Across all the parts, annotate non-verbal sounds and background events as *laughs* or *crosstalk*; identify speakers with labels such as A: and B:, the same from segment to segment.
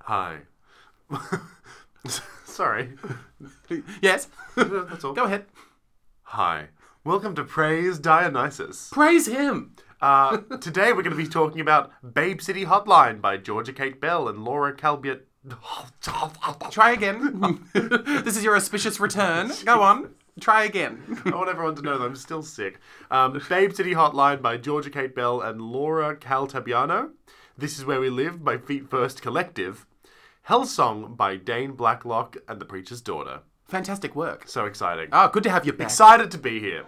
A: Hi. *laughs*
B: Sorry. yes. *laughs*
A: That's all.
B: Go ahead.
A: Hi. Welcome to Praise Dionysus.
B: Praise him.
A: Uh, today we're going to be talking about Babe City Hotline by Georgia Kate Bell and Laura Calbiot. I
B: Try again. *laughs* this is your auspicious return. Go on. Try again. *laughs*
A: want everyone to know that I'm still sick. Um, Babe City Hotline by Georgia Kate Bell and Laura Caltabiano. This is Where We Live by Feet First Collective. Hellsong by Dane Blacklock and The Preacher's Daughter.
B: Fantastic work.
A: So exciting.
B: Ah, good to have you back.
A: Excited to be here.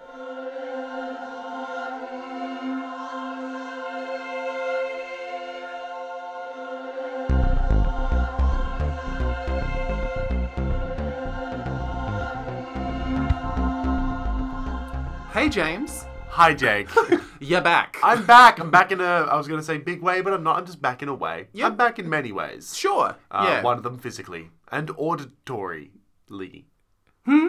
B: hey, James.
A: Hi, Jake. *laughs*
B: You're back.
A: I'm back. I'm back in a. I was going to say big way, but I'm not. I'm just back in a way.
B: Yeah.
A: I'm back in many ways.
B: sure.
A: Uh,
B: yeah.
A: One of them physically and auditorily. Hmm.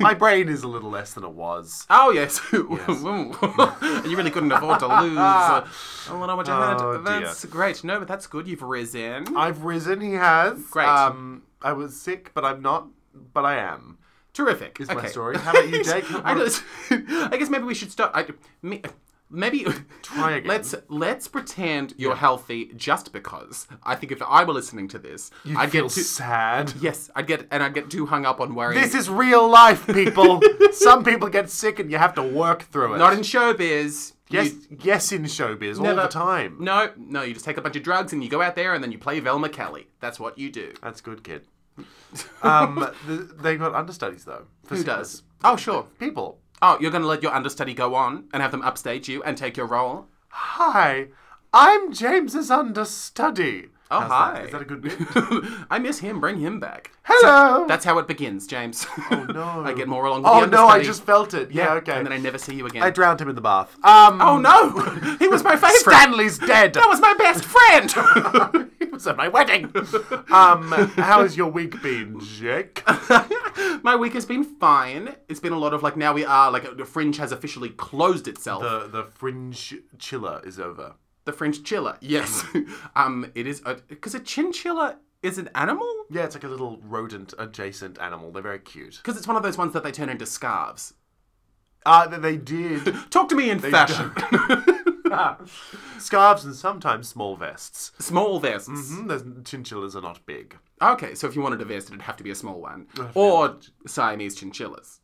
A: My brain is a little less than it was.
B: Oh yes, *laughs* you really couldn't afford to lose. I don't know what you had.
A: Oh, dear.
B: That's great. No, but that's good. You've risen.
A: I've risen. He has.
B: Great.
A: Um, I was sick, but I'm not. But I am.
B: Terrific.
A: Is
B: okay.
A: my story. How about you,
B: *laughs*
A: Jake?
B: I, just- I guess maybe we should start. I, me, maybe
A: *laughs* Try again.
B: Let's let's pretend you're healthy just because. I think if I were listening to this,
A: You
B: I'd
A: feel
B: get too,
A: sad.
B: yes, I'd get and I'd get too hung up on worrying.
A: This is real life,
B: *laughs*
A: people. Some people get sick, and you have to work through it.
B: not in showbiz.
A: yes,
B: You-
A: yes, in showbiz all the
B: Never-
A: time.
B: no, no. You just take a bunch of drugs and you go out there and then you play Velma Kelly. That's what you do.
A: That's good, kid.
B: *laughs*
A: Um, th- they got understudies though. for
B: Who
A: sickness.
B: does? Oh, sure.
A: People.
B: Oh, you're going to let your understudy go on and have them upstage you and take your role? *laughs*
A: Hi, I'm James's understudy.
B: Oh,
A: How's
B: hi.
A: That? Is that
B: *laughs*
A: a good bit?
B: I miss him. Bring him back.
A: Hello.
B: That's how it begins, James. Oh,
A: no.
B: *laughs* I get more along with
A: oh
B: the
A: no, I
B: understudy.
A: just felt it. Yeah, okay.
B: And then I never see you again.
A: I drowned him in the bath. Um,
B: oh, no. he was
A: *laughs*
B: my favorite. *laughs*
A: Stanley's dead.
B: that was my best
A: *laughs*
B: friend.
A: he was at my wedding. um, how has your week been,
B: *laughs*
A: Jake?
B: *laughs* my week has been fine. It's been a lot of like, now we are, like, the fringe has officially closed itself.
A: the the fringe chiller is over.
B: The fringe chiller. Yes. *laughs* um, it is, because a chinchilla is an animal?
A: Yeah, it's like a little rodent adjacent animal. They're very cute.
B: Because it's one of those ones that they turn into scarves.
A: Uh, they- they did.
B: Talk to me in fashion.
A: Scarves and sometimes small vests.
B: *laughs* small vests.
A: Mm, those chinchillas are not big.
B: Okay, so if you wanted a vest, it'd have to be a small one. Or Siamese chinchillas.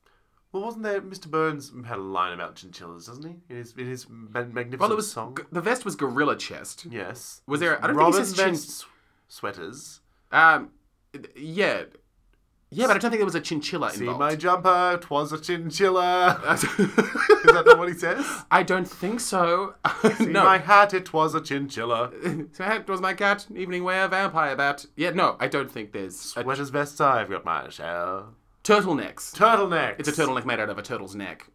A: Well, wasn't there? Mr. Burns had a line about chinchillas, doesn't he? In his, in his ma- magnificent
B: Well, it was
A: song.
B: g- the vest was gorilla chest.
A: yes.
B: Was there- I don't think
A: Robin
B: he says chin-
A: vests, sweaters.
B: Um, yeah, yeah, but I don't think there was a chinchilla
A: See
B: involved.
A: my jumper, 'twas a chinchilla. *laughs* Is that not what he says?
B: *laughs* I don't think so. *laughs*
A: See
B: no,
A: my hat, it was a
B: *laughs*
A: chinchilla.
B: so that was my cat. Evening wear, vampire bat. Yeah, no, I don't think there's a
A: Sweaters, vests, I've got my shell.
B: turtlenecks.
A: Turtleneck.
B: It's a turtleneck made out of a turtle's neck.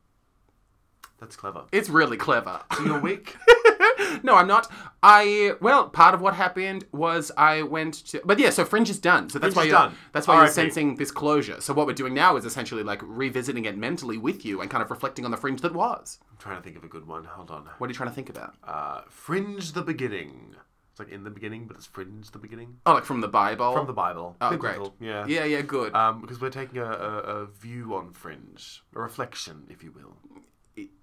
A: That's clever.
B: It's really clever.
A: You're weak.
B: *laughs* no, I'm not. I well, part of what happened was I went to, but yeah. So Fringe is done. So that's
A: Fringe
B: why
A: is
B: you're,
A: done.
B: that's why you're
A: R.I.P..
B: sensing this closure. So what we're doing now is essentially like revisiting it mentally with you and kind of reflecting on the Fringe that was.
A: I'm trying to think of a good one. Hold on.
B: What are you trying to think about?
A: Uh, fringe the beginning. It's like in the beginning, but it's fringe the beginning.
B: Oh, like from the Bible.
A: From the Bible.
B: oh, great.
A: Biblical, Yeah.
B: Yeah, yeah, good.
A: Um, because we're taking a, a, a view on Fringe, a reflection, if you will.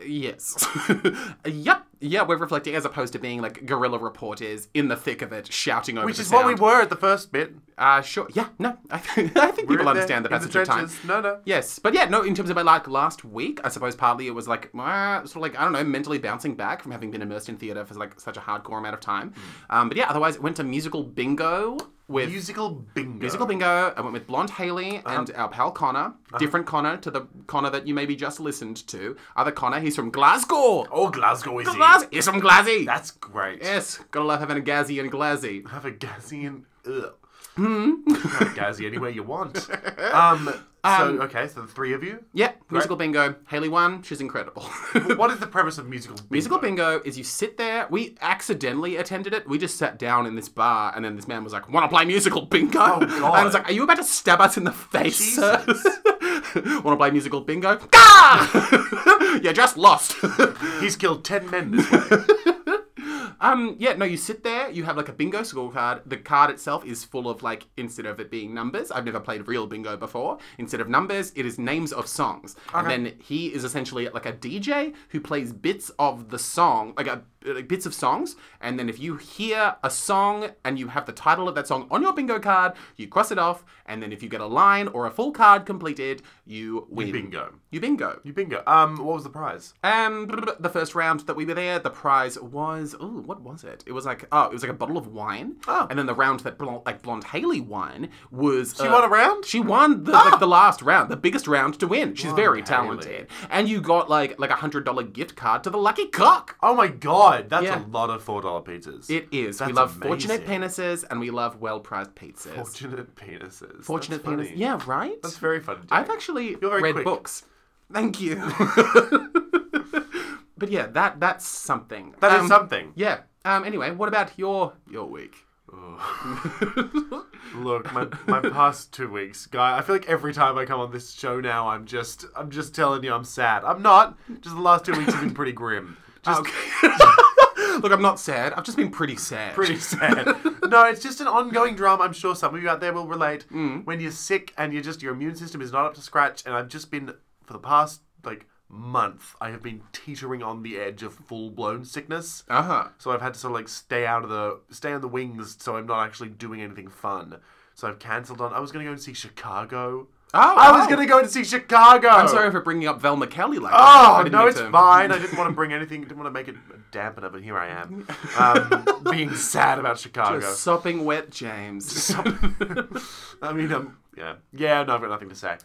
B: yes. *laughs* yep. Yeah, we're reflecting as opposed to being like guerrilla reporters in the thick of it, shouting over
A: Which
B: the
A: is what we
B: sound.
A: were at the first bit.
B: Uh, sure. Yeah. No. *laughs* I, think I think
A: We were
B: people
A: in
B: understand the
A: in
B: passage of time.
A: trenches. No, no.
B: Yes, but yeah, no. In terms of my like last week, I suppose partly it was like ah, sort of like I don't know, mentally bouncing back from having been immersed in theatre for like such a hardcore amount of time.
A: Hmm.
B: Um, but yeah, otherwise went to musical bingo with
A: Musical bingo.
B: musical bingo. I went with Blonde Haley
A: Uh-huh.
B: and our pal Connor, different Connor to the Connor that you maybe just listened to. Other Connor, he's from Glasgow.
A: Oh, Glasgow is
B: Glas- he's from Glasgow.
A: That's great.
B: yes, gotta love having a Gazzy and Glazzy.
A: Have a gazzy and. Ugh. Have a gazzy anywhere you want. Um, so, okay, so the three of you.
B: Yeah, musical bingo. Haley won. She's incredible. *laughs*
A: What is the premise of musical bingo?
B: Musical bingo is you sit there. We accidentally attended it. We just sat down in this bar, and then this man was like, "Want to play musical bingo?" Oh *laughs* And I was like, "Are you about to stab us in the face, sir? *laughs* Want to play musical bingo? *laughs* Gah! you just lost." *laughs*
A: He's killed ten men this way.
B: Um, yeah, no, you sit there, you have like a bingo scorecard. The card itself is full of like, instead of it being numbers, I've never played real bingo before. Instead of numbers, it is names of songs. And then he is essentially like a DJ who plays bits of the song, like, a, like bits of songs. And then if you hear a song and you have the title of that song on your bingo card, you cross it off. And then if you get a line or a full card completed, you win.
A: Bingo.
B: You bingo.
A: You bingo. Um, what was the prize?
B: Um, the first round that we were there, the prize was oh, what was it? It was like oh, it was like a bottle of wine.
A: Oh.
B: and then the round that blonde, like blonde Haley won was she
A: won a round? Ah!
B: She won the, like the last round, the biggest round to win. She's very
A: Haley.
B: talented, and you got like like a hundred dollar gift card to the Lucky Cock.
A: Oh my god, that's
B: Yeah.
A: a lot of four dollar pizzas.
B: It is. we
A: That's
B: love fortunate
A: amazing.
B: penises and we love well prized pizzas.
A: fortunate penises.
B: fortunate
A: That's funny.
B: penis. Yeah, right.
A: That's very fun. to do.
B: I've actually
A: You're very
B: read
A: quick.
B: books. Thank
A: *laughs*
B: you. *laughs* but yeah, that that's something.
A: That is
B: Um,
A: something.
B: Yeah. Um. Anyway, what about your
A: *laughs*
B: your week?
A: Look, my, my *laughs* past two weeks, guy. I feel like every time I come on this show now, I'm just I'm just telling you I'm sad. I'm not. Just the last two weeks have been pretty *laughs* grim. Just
B: Look, I'm not sad. I've just been pretty sad.
A: pretty *laughs* sad. no, it's just an ongoing drama. I'm sure some of you out there will relate. When you're sick and you're just your immune system is not up to scratch, and I've just been for the past like month, I have been teetering on the edge of full blown sickness.
B: Uh huh.
A: So I've had to sort of like stay out of the stay on the wings, so I'm not actually doing anything fun. So I've cancelled on. I was gonna go and see Chicago.
B: Oh,
A: I was
B: oh.
A: gonna go and see Chicago.
B: I'm sorry for bringing up Velma Kelly like that. I
A: Oh
B: didn't
A: no,
B: mean
A: it's
B: to-
A: fine. I
B: *laughs*
A: didn't want to bring anything. Didn't want to make it a dampener, but here I am, um, being sad about Chicago.
B: Sopping wet,
A: *laughs*
B: James. *laughs*
A: I mean, um, yeah, yeah. No, I've got nothing to say.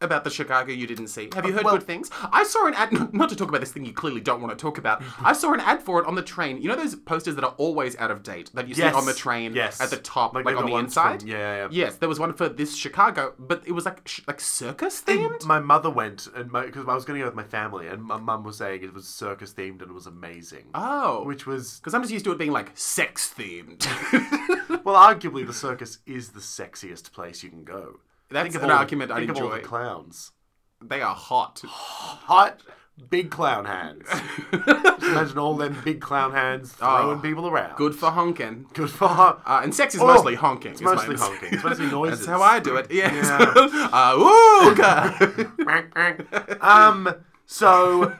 B: about the Chicago you didn't see. Have you heard
A: well-
B: good things? I saw an ad, *laughs* not to talk about this thing you clearly don't want to talk about. I saw an ad for it on the train. You know those posters that are always out of date that you
A: Yes.
B: see on the train
A: Yes.
B: at the top,
A: Like
B: like,
A: they've
B: on
A: got
B: the
A: ones from-
B: inside?
A: yeah, yeah, yeah.
B: Yes, there was one for this Chicago, but it was like sh- like circus themed?
A: My mother went, and because I was going to go with my family, and my mum was saying it was circus themed and it was amazing,
B: Oh.
A: which was
B: Because I'm just used to it being like sex *laughs* themed.
A: Well, arguably, the circus is the sexiest place you can go.
B: That's
A: Think of
B: an
A: all-
B: argument I
A: think of all
B: enjoy.
A: the clowns.
B: they are hot.
A: Hot, big clown hands. Just imagine all them big clown
B: *laughs*
A: hands throwing
B: Oh,
A: people around.
B: Good for honking.
A: *laughs* Good for her.
B: Uh, and sex is mostly honking.
A: Oh, It's
B: is my
A: mostly
B: understanding.
A: honking. It's mostly noises.
B: *laughs* That's how I do it. Yes.
A: Yeah.
B: *laughs* uh, ooh,
A: *laughs*
B: God.
A: um, so,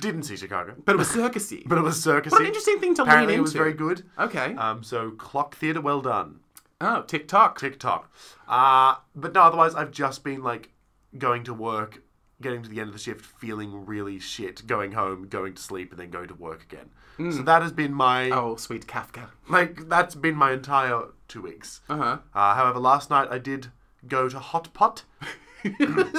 A: didn't see Chicago,
B: *laughs* but it was circusy.
A: but it was circus.
B: what an interesting thing to
A: Apparently,
B: lean
A: it was
B: into.
A: very good.
B: Okay.
A: Um, so, Clock Theatre, well done.
B: oh, TikTok.
A: TikTok. Uh, but no, otherwise, I've just been like going to work, getting to the end of the shift, feeling really shit, going home, going to sleep, and then going to work again. So that has been my,
B: Hmm. oh, sweet Kafka.
A: like, that's been my entire two weeks.
B: Uh huh.
A: Uh, however, last night I did go to Hot Pot.
B: *laughs*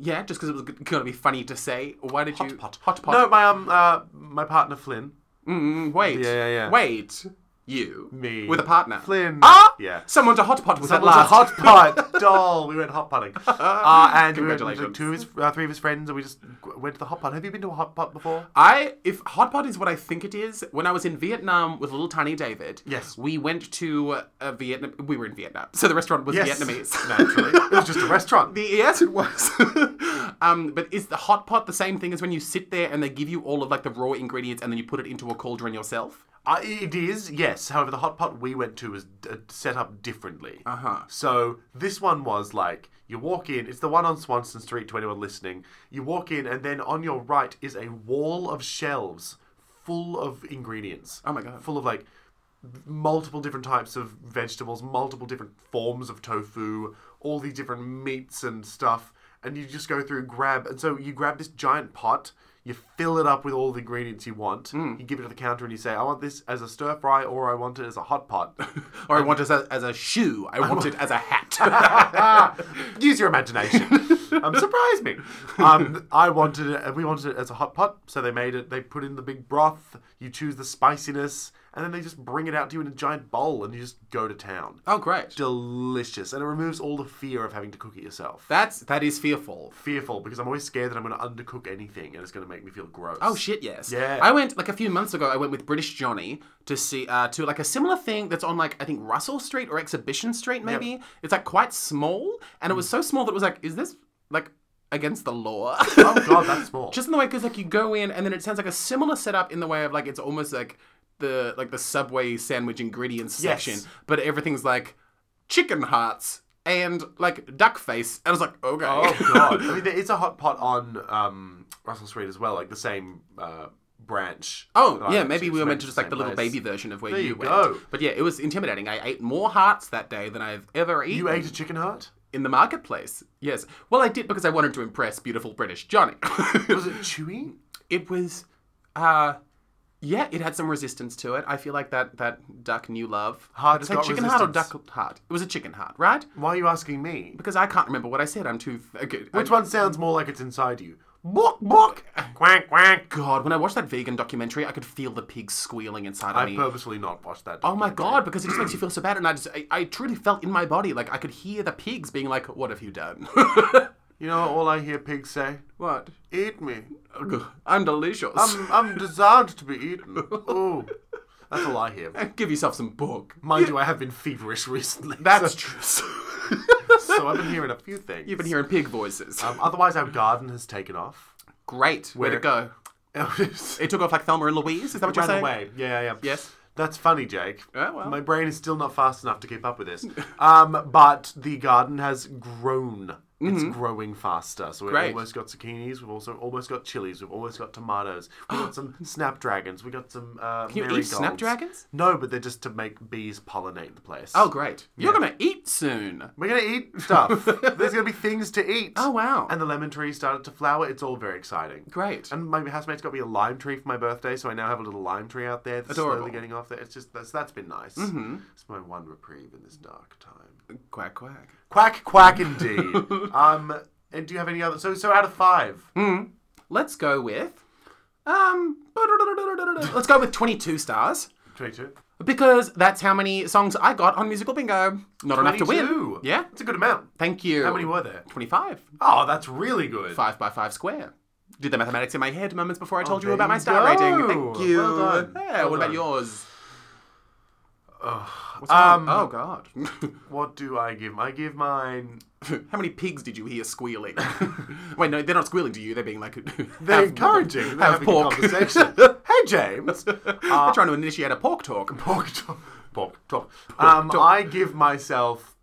B: Yeah, just because it was going to be funny to say. Why did you
A: pot.
B: hot pot?
A: No, my um, uh, my partner Flynn.
B: Mm, wait.
A: Yeah, yeah, yeah.
B: Wait. You.
A: Me.
B: With a partner.
A: Flynn.
B: Ah!
A: Yeah.
B: Someone's a hot pot was
A: That
B: at
A: was a
B: last.
A: hot
B: *laughs*
A: pot doll. We went hot potting, uh, and we went with like
B: Congratulations.
A: two of his, uh, three of his friends, and we just g- went to the hot pot. Have you been to a hot pot before?
B: I if hot pot is what I think it is. When I was in Vietnam with little tiny David,
A: Yes.
B: we went to a Vietnam. We were in Vietnam, so the restaurant
A: *laughs*
B: was Vietnamese.
A: Naturally, it was just a restaurant.
B: *laughs* The, yes, it was. *laughs* um, but is the hot pot the same thing as when you sit there and they give you all of like the raw ingredients and then you put it into a cauldron yourself?
A: Uh, it is, yes. However, the hot pot we went to was d- uh, set up differently. Uh
B: Uh-huh.
A: So this one was like you walk in. It's the one on Swanson Street. To anyone listening, you walk in, and then on your right is a wall of shelves full of ingredients.
B: Oh my God.
A: Full of like multiple different types of vegetables, multiple different forms of tofu, all these different meats and stuff. And you just go through, grab, and so you grab this giant pot, you fill it up with all the ingredients you want, you give it to the counter, and you say, I want this as a stir fry or I want it as a hot pot.
B: Or I want it as a, as a shoe. I want it as
A: *laughs*
B: a hat.
A: Use your imagination. um, surprise me. Um, I wanted it, we wanted it as a hot pot, so they made it, they put in the big broth, you choose the spiciness, and then they just bring it out to you in a giant bowl, and you just go to town.
B: oh, great.
A: delicious and it removes all the fear of having to cook it yourself
B: That's that is fearful.
A: fearful because i'm always scared that i'm going to undercook anything and it's going to make me feel gross
B: Oh shit, yes.
A: Yeah.
B: I went like a few months ago. I went with British Johnny to see uh, to like a similar thing that's on like I think Russell Street or Exhibition Street maybe. It's like quite small, and it
A: Mm.
B: was so small that it was like, is this like against the
A: *laughs*
B: law? *laughs*
A: oh god that's small
B: Just in the way because like you go in, and then it sounds like a similar setup in the way of like it's almost like the like the subway sandwich ingredients
A: Yes.
B: section, but everything's like chicken hearts and like duck face, and I was like, okay,
A: Oh god! I mean, there is a hot pot on um, Russell Street as well, like the same uh, branch.
B: Oh
A: Like,
B: yeah, maybe
A: it's
B: we were meant
A: the
B: to just like
A: same
B: the little
A: place.
B: baby version of where
A: There
B: you,
A: you
B: went.
A: go.
B: But yeah, it was intimidating. I ate more hearts that day than I've ever eaten
A: You ate a chicken heart?
B: in the marketplace. Yes, well, I did because I wanted to impress beautiful British Johnny. *laughs*
A: Was it chewy?
B: it was, uh, yeah, it had some resistance to it. I feel like that that duck knew love.
A: Heart's
B: Say
A: got
B: chicken heart or
A: resistance.
B: duck heart? It was a chicken heart, right?
A: Why are you asking me?
B: Because I can't remember what I said. I'm too okay. I-
A: Which one sounds more like it's inside you? Book, book, quack, quack.
B: God, when I watched that vegan documentary, I could feel the pig squealing inside of
A: I
B: me.
A: purposely not watched that.
B: Oh my god, because it just makes you feel so bad, and I just, I, I truly felt in my body, like I could hear the pigs being like, "What have you done? *laughs*
A: You know all I hear pigs say?
B: what?
A: Eat me.
B: Ugh, I'm delicious.
A: I'm, Mm, I'm designed to be eaten. Ooh, that's all I hear.
B: *laughs* Give yourself some book.
A: Mind you, I have been feverish recently.
B: That's
A: so,
B: true.
A: *laughs* so I've been hearing a few things.
B: You've been hearing pig voices.
A: Um, otherwise, our garden has taken off.
B: Great. Where to
A: where-
B: go?
A: it
B: It took off like Thelma and Louise. Is that what you're
A: ran
B: saying?
A: away. Yeah, yeah.
B: Yes.
A: That's funny, Jake.
B: Oh, well.
A: My brain is still not fast enough to keep up with this. *laughs* Um, but the garden has grown. It's growing faster. So we've
B: Mm-hmm. Great.
A: almost got zucchinis. We've also almost got chilies. We've almost got tomatoes. We
B: *gasps*
A: got some snapdragons. We got some uh,
B: you eat
A: marigolds.
B: snapdragons?
A: No, but they're just to make bees pollinate the place.
B: Oh, great. You're gonna eat soon.
A: We're gonna eat
B: *laughs*
A: stuff. There's gonna be things to eat.
B: Oh wow.
A: And the lemon tree started to flower. It's all very exciting.
B: great.
A: And my housemate's got me a lime tree for my birthday, so I now have a little lime tree out there that's
B: Adorable.
A: slowly getting off there. It's just that's that's been nice. Mm-hmm. It's my one reprieve in this dark time.
B: quack quack.
A: Quack quack
B: *laughs*
A: indeed. um, and do you have any other? So so out of five,
B: Hmm. Let's go with um. *laughs* Let's go with 22 stars.
A: twenty-two.
B: Because that's how many songs I got on Musical Bingo. Not enough to win.
A: 22?
B: Yeah.
A: That's a good amount.
B: Thank you.
A: How many were there?
B: 25.
A: Oh, that's really good.
B: Five by five square. Did the mathematics in my head moments before I told you
A: Oh, there
B: about my
A: you
B: star rating.
A: go.
B: Thank you.
A: Well done.
B: Yeah,
A: Well
B: what about
A: done.
B: yours? What's
A: Um,
B: mine? oh, God. *laughs*
A: What do I give? 'em? I give mine.
B: how many pigs did you hear squealing? *laughs* Wait, no, they're not squealing to you. They're being like, *laughs*
A: They're
B: have-
A: encouraging. They're
B: have
A: having
B: pork.
A: a
B: *laughs*
A: conversation. hey James.
B: they're trying to initiate a pork talk.
A: Pork chop. Pork chop. Um, I give myself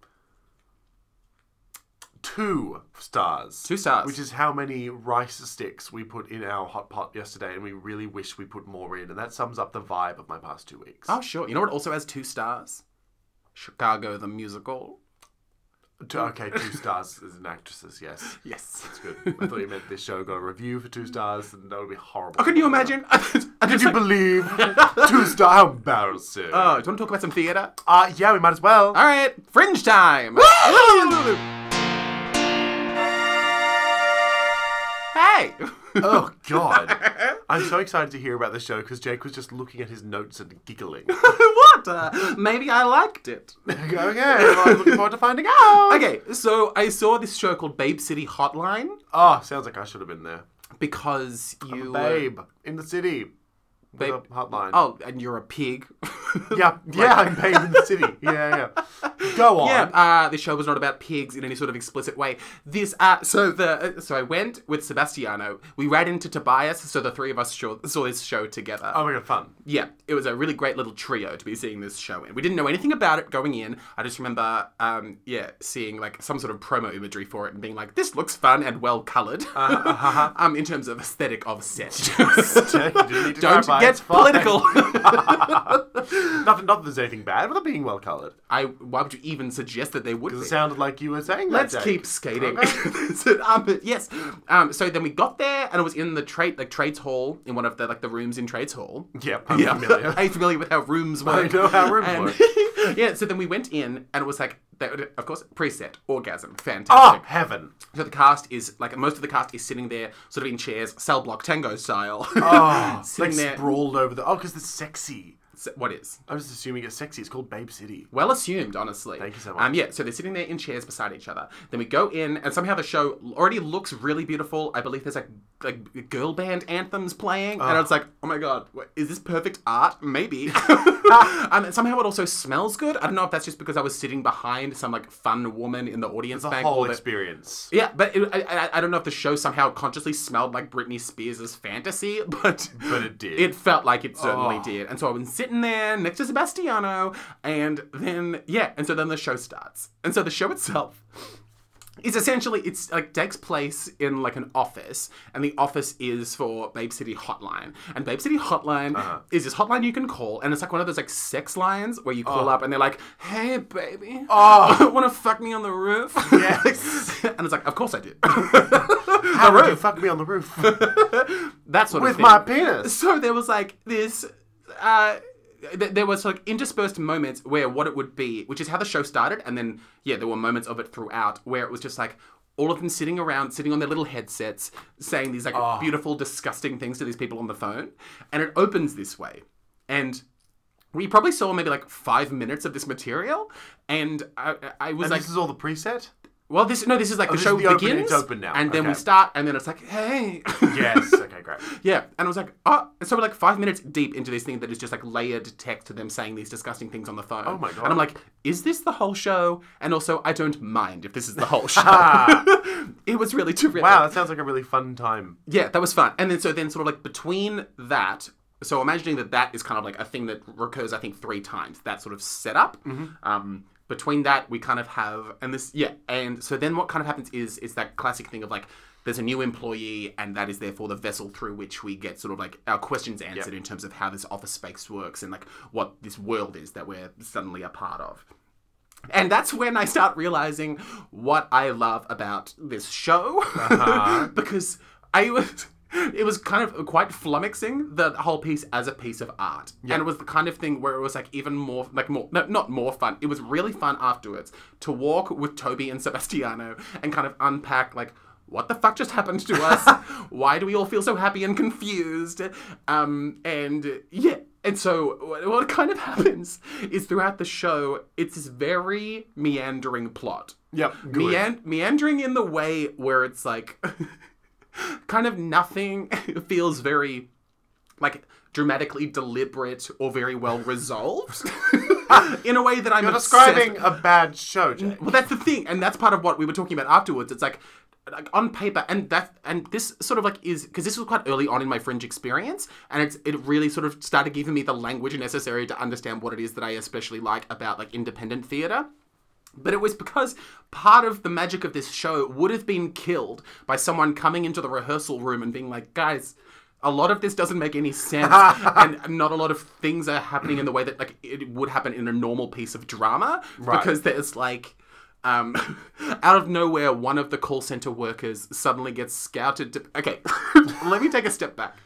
A: two stars.
B: Two stars.
A: Which is how many rice sticks we put in our hot pot yesterday, and we really wish we put more in. And that sums up the vibe of my past two weeks.
B: Oh, sure. You know what also has two stars? Chicago the Musical.
A: Two- okay, two stars as an
B: *laughs*
A: actresses, yes.
B: Yes.
A: That's good. I thought you meant this show got a review for two stars, and that would be horrible.
B: Can you imagine? *laughs*
A: Could you believe? two star, how embarrassing.
B: Oh, do you want to talk about some theatre?
A: Uh, yeah, we might as well.
B: All right, fringe time. hey. *laughs*
A: Oh God! I'm so excited to hear about the show because Jake was just looking at his notes and giggling.
B: what? Uh, maybe I liked it.
A: okay, well, I'm looking *laughs* forward to finding out.
B: Okay, so I saw this show called Babe City Hotline
A: Oh, sounds like I should have been there.
B: because you were-
A: Babe, in the city. Babe,
B: Babe-
A: hotline.
B: Oh, and you're a pig. *laughs*
A: yeah, yeah, I'm babe in the city. Yeah, yeah. Go on.
B: Yeah, uh, this show was not about pigs in any sort of explicit way. This, uh, so the, so I went with Sebastiano. We ran into Tobias, so the three of us saw, saw this show together.
A: Oh my god, fun.
B: yeah, it was a really great little trio to be seeing this show in. We didn't know anything about it going in. I just remember, um, yeah, seeing like some sort of promo imagery for it and being like, "This looks fun and well colored."
A: Uh-huh.
B: *laughs* um, in terms of aesthetic of set.
A: *laughs* Yeah, you didn't need to
B: *laughs* Don't
A: clarify,
B: get
A: it's fine.
B: political.
A: *laughs*
B: *laughs*
A: Nothing. Not that there's anything bad with it being well coloured.
B: I. Why would you even suggest that they would?
A: It
B: be?
A: sounded like you were saying that.
B: Let's
A: Jake.
B: keep skating. *laughs* So, um, but yes. Um, so then we got there, and it was in the trade, like trades hall, in one of the like the rooms in trades hall.
A: Yep, I'm
B: Yeah,
A: familiar.
B: *laughs* are you familiar with how rooms work?
A: know how rooms
B: And-
A: work.
B: *laughs* yeah, so then we went in, and it was like, they, of course, preset orgasm,
A: oh,
B: fantastic.
A: heaven.
B: So the cast is like most of the cast is sitting there, sort of in chairs, cell block tango style.
A: Oh, like
B: *laughs* sitting there.
A: sprawled over the. Oh, because it's sexy.
B: So- what is?
A: I'm just assuming it's sexy. It's called Babe City.
B: Well assumed, honestly.
A: Thank you so
B: Um, yeah, so they're sitting there in chairs beside each other. Then we go in, and somehow the show already looks really beautiful. I believe there's like like girl band anthems playing, and I was like, oh my god, what, is this perfect
A: *laughs*
B: art? Maybe. um, and somehow it also smells good. I don't know if that's just because I was sitting behind some like fun woman in the audience
A: The
B: bank.
A: whole e-
B: all the-
A: experience.
B: yeah, but it, I, I, I don't know if the show somehow consciously smelled like Britney Spears' fantasy, *laughs* but
A: But it did. Oh.
B: it felt like it certainly did. And so I was sitting there next to Sebastiano, and then yeah, and so then the show starts, and so the show itself is essentially it's like takes place in like an office and the office is for babe city hotline and babe city hotline
A: Uh-huh.
B: is this hotline you can call and it's like one of those like sex lines where you call up and they're like hey baby *laughs*
A: Oh.
B: want to fuck me on the roof
A: Yes.
B: *laughs* and it's like of course i do
A: *laughs* How
B: the
A: would you
B: roof
A: fuck me on the
B: *laughs*
A: roof
B: that sort of
A: with
B: thing.
A: my penis?
B: *laughs* So there was like this. Uh, th- there was like interspersed moments where what it would be, which is how the show started, and then yeah, there were moments of it throughout where it was just like all of them sitting around, sitting on their little headsets, saying these like
A: Ah.
B: beautiful, disgusting things to these people on the phone, and it opens this way, and. We probably saw maybe like five minutes of this material, and I, I was like,
A: this is all the preset.
B: "Well, this no, this is like the
A: this
B: show
A: is the open,
B: begins,
A: it's open now,
B: and then we
A: okay.
B: start, and then it's like, hey, *laughs*
A: Yes. *laughs* Okay, great.
B: yeah, and I was like, oh, and so we're like five minutes deep into this thing that is just like layered text to them saying these disgusting things on the phone. Oh
A: my God.
B: And I'm like, is this the whole show? And also, I don't mind if this is the
A: *laughs*
B: whole show. *laughs* it was really terrific.
A: Wow, that sounds like a really fun time.
B: Yeah, that was fun. And then so then sort of like between that, so imagining that that is kind of like a thing that recurs, I think, three times. That sort of setup. Um, between that, we kind of have and this yeah, and so then what kind of happens is is that classic thing of like there's a new employee, and that is therefore the vessel through which we get sort of like our questions answered in terms of how this office space works and like what this world is that we're suddenly a part of. And that's when I start realizing what I love about this show. *laughs* because I was. It was kind of quite flummoxing the whole piece as a piece of art, and it was the kind of thing where it was like even more, like more, no, not more fun. It was really fun afterwards to walk with Toby and Sebastiano and kind of unpack like what the fuck just happened to
A: *laughs*
B: us? Why do we all feel so happy and confused? Um, and yeah, and so what what kind of *laughs* happens is throughout the show, it's this very meandering plot.
A: Yep.
B: *laughs* Mean- meandering in the way where it's like *laughs* kind of nothing *laughs* feels very like dramatically deliberate or very
A: *laughs*
B: well resolved in a way that I'm
A: You're
B: obsessed-
A: describing a bad show, Jake.
B: well, that's the thing, and that's part of what we were talking about afterwards. It's like, like on paper, and that, and this sort of like is because this was quite early on in my fringe experience, and it's it really sort of started giving me the language necessary to understand what it is that I especially like about like independent theater. But it was because part of the magic of this show would have been killed by someone coming into the rehearsal room and being like, guys, a lot of this doesn't make any sense, and not a lot of things are happening in the way that like it would happen in a normal piece of drama. Because there's like, um, *laughs* out of nowhere, one of the call center workers suddenly gets scouted to. Okay, *laughs* let me take a step back.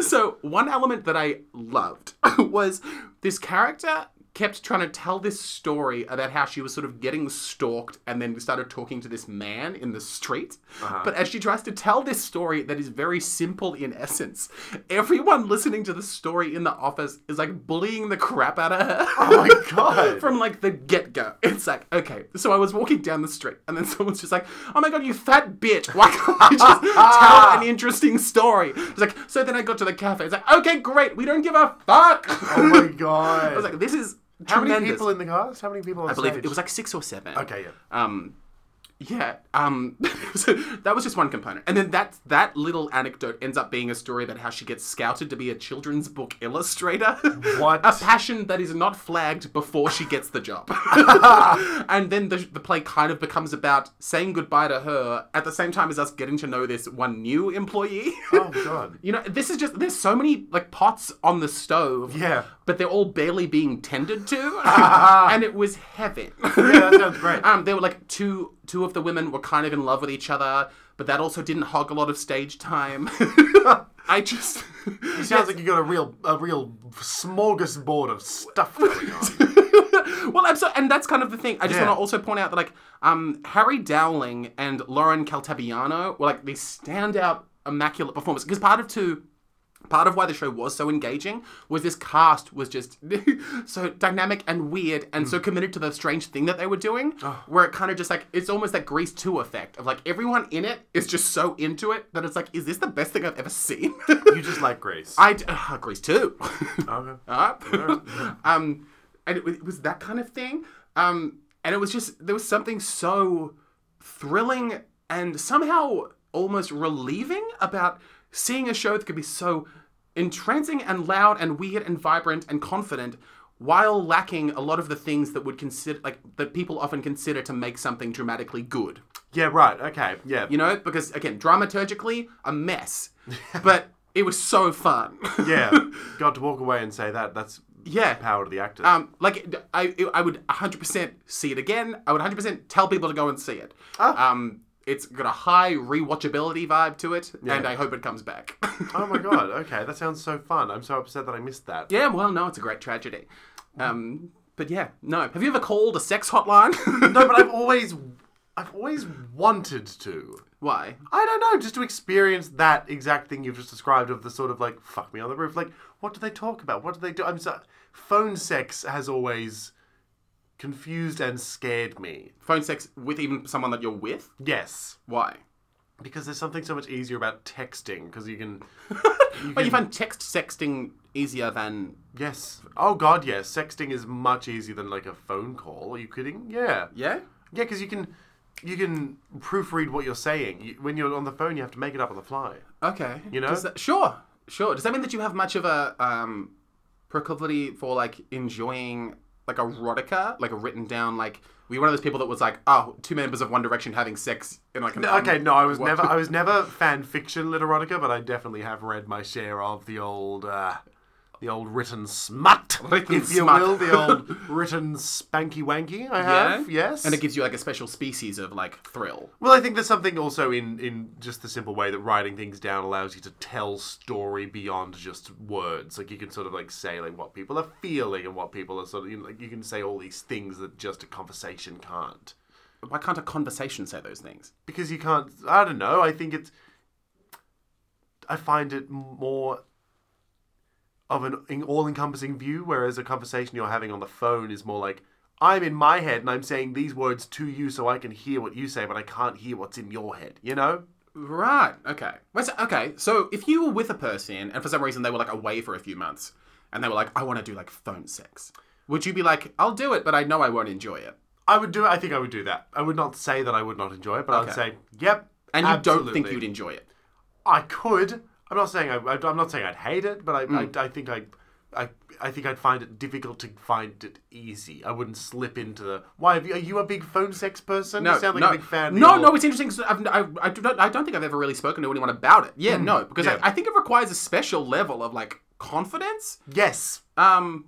B: So one element that I loved *laughs* was this character kept trying to tell this story about how she was sort of getting stalked and then started talking to this man in the street. But as she tries to tell this story that is very simple in essence, everyone listening to the story in the office is like bullying the crap out of her.
A: *laughs*
B: *laughs*
A: Oh my god.
B: From like the get go. It's like, okay, so I was walking down the street and then *laughs* someone's just like, oh my god, you fat bitch. Why can't you just
A: *laughs*
B: tell an interesting story? It's like, so then I got to the cafe. It's like, okay, great, we don't give a fuck.
A: *laughs* *laughs* Oh
B: *laughs*
A: my god.
B: I was like, this is
A: How many
B: tremendous.
A: people in the cast? How many people on
B: I believe
A: stage?
B: it was like six or seven.
A: Okay, yeah.
B: *laughs* Um, yeah. Um, *laughs* so that was just one component, and then that that little anecdote ends up being a story about how she gets scouted to be a children's book illustrator.
A: What?
B: a passion that is not flagged before she gets
A: *laughs*
B: the job. and then the, the play kind of becomes about saying goodbye to her at the same time as us getting to know this one
A: *laughs*
B: new employee.
A: Oh
B: *laughs*
A: god.
B: You know, this is just there's so many like pots on the stove.
A: Yeah.
B: But they're all barely being
A: *laughs*
B: tended to. and it was heaven.
A: Yeah, that sounds
B: *laughs*
A: great.
B: Um, there were like two two of the women were kind of in love with each other, but that also didn't hog a lot of
A: *laughs*
B: stage time. I just
A: It sounds like you got a real, a real smorgasbord of stuff
B: *laughs*
A: going on.
B: well, I'm so, and that's kind of the thing. I just
A: Yeah.
B: want to also point out that like um, Harry Dowling and Lauren Caltabiano were like these standout immaculate performers because part of two. Part of why the show was so engaging was this cast was just *laughs* so dynamic and weird and so committed to the strange thing that they were doing, where it kind of just like it's almost that Grease 2 effect of like everyone in it is just so into it that it's like, is this the best thing I've ever seen? *laughs*
A: You just like Grace.
B: I d- uh, Grease *laughs* 2.
A: okay.
B: up. *laughs* um, and it was, it was that kind of thing. Um, and it was just there was something so thrilling and somehow almost relieving about seeing a show that could be so entrancing and loud and weird and vibrant and confident while lacking a lot of the things that would consider like that people often consider to make something dramatically good
A: Yeah, right. Okay. Yeah.
B: you know because again dramaturgically a mess but it was so fun *laughs*
A: yeah. God, to walk away and say that, that's
B: yeah
A: power to the actors.
B: um, like I, I would 100% see it again. I would 100% tell people to go and see it. Um, it's got a high rewatchability vibe to it, and I hope it comes back. *laughs*
A: oh my god. Okay. That sounds so fun. I'm so upset that I missed that.
B: yeah, well, no, it's a great tragedy. Um, but yeah, no. Have you ever called a sex hotline? *laughs*
A: No, but I've always, I've always wanted to.
B: Why?
A: I don't know, just to experience that exact thing you've just described of the sort of like fuck me on the roof. Like, what do they talk about? What do they do? I'm so phone sex has always confused and scared me.
B: Phone sex with even someone that you're with?
A: Yes,
B: Why?
A: because there's something so much easier about texting because you can.
B: *laughs* You you find text sexting easier than.
A: Yes. Oh god, yes. Sexting is much easier than like a phone call. Are you kidding? Yeah.
B: Yeah?
A: Yeah, because you can. You can proofread what you're saying. You, when you're on the phone, you have to make it up on the fly.
B: Okay. You
A: know?
B: Does that, sure, sure. Does that mean that you have much of a um, proclivity for like enjoying like erotica, like a written down like? Were you one of those people that was like, oh, two members of One Direction having sex in like an
A: Okay,
B: um,
A: no, I was
B: what-
A: never, I
B: *laughs*
A: was never fan fiction literotica, but I definitely have read my share of the old, uh, the old written smut,
B: Written
A: if you
B: smut.
A: will, the old
B: *laughs*
A: written spanky wanky. I have, yes.
B: And it gives you like a special species of like thrill.
A: well, I think there's something also in in just the simple way that writing things down allows you to tell story beyond just words. Like you can sort of like say like what people are feeling and what people are sort of you know, like you can say all these things that just a conversation can't.
B: Why can't a conversation say those things?
A: because you can't i don't know i think it's i find it more of an all-encompassing view whereas a conversation you're having on the phone is more like i'm in my head and i'm saying these words to you so i can hear what you say but i can't hear what's in your head you know
B: Right. Okay. Well, so- Okay. So if you were with a person and for some reason they were like away for a few months and they were like, I want to do like phone sex, would you be like, I'll do it, but I know I won't enjoy it?
A: i would do i think i would do that i would not say that i would not enjoy it but i would say
B: Okay.
A: yep
B: And you don't think
A: absolutely.
B: you'd e- enjoy it?
A: I could. I'm not saying I, I'm not saying I'd hate it, but I,
B: Mm.
A: I, I think I, I, I think I'd find it difficult to find it easy. I wouldn't slip into the. Why have you, are you a big phone sex person? you sound like
B: no.
A: a big fan. of
B: No,
A: your-
B: no, it's interesting because I've, I, I, do not, I don't think I've ever really spoken to anyone about it. Yeah, no, because
A: Hmm. yeah.
B: I, I think it requires a special level of like confidence.
A: Yes.
B: Um,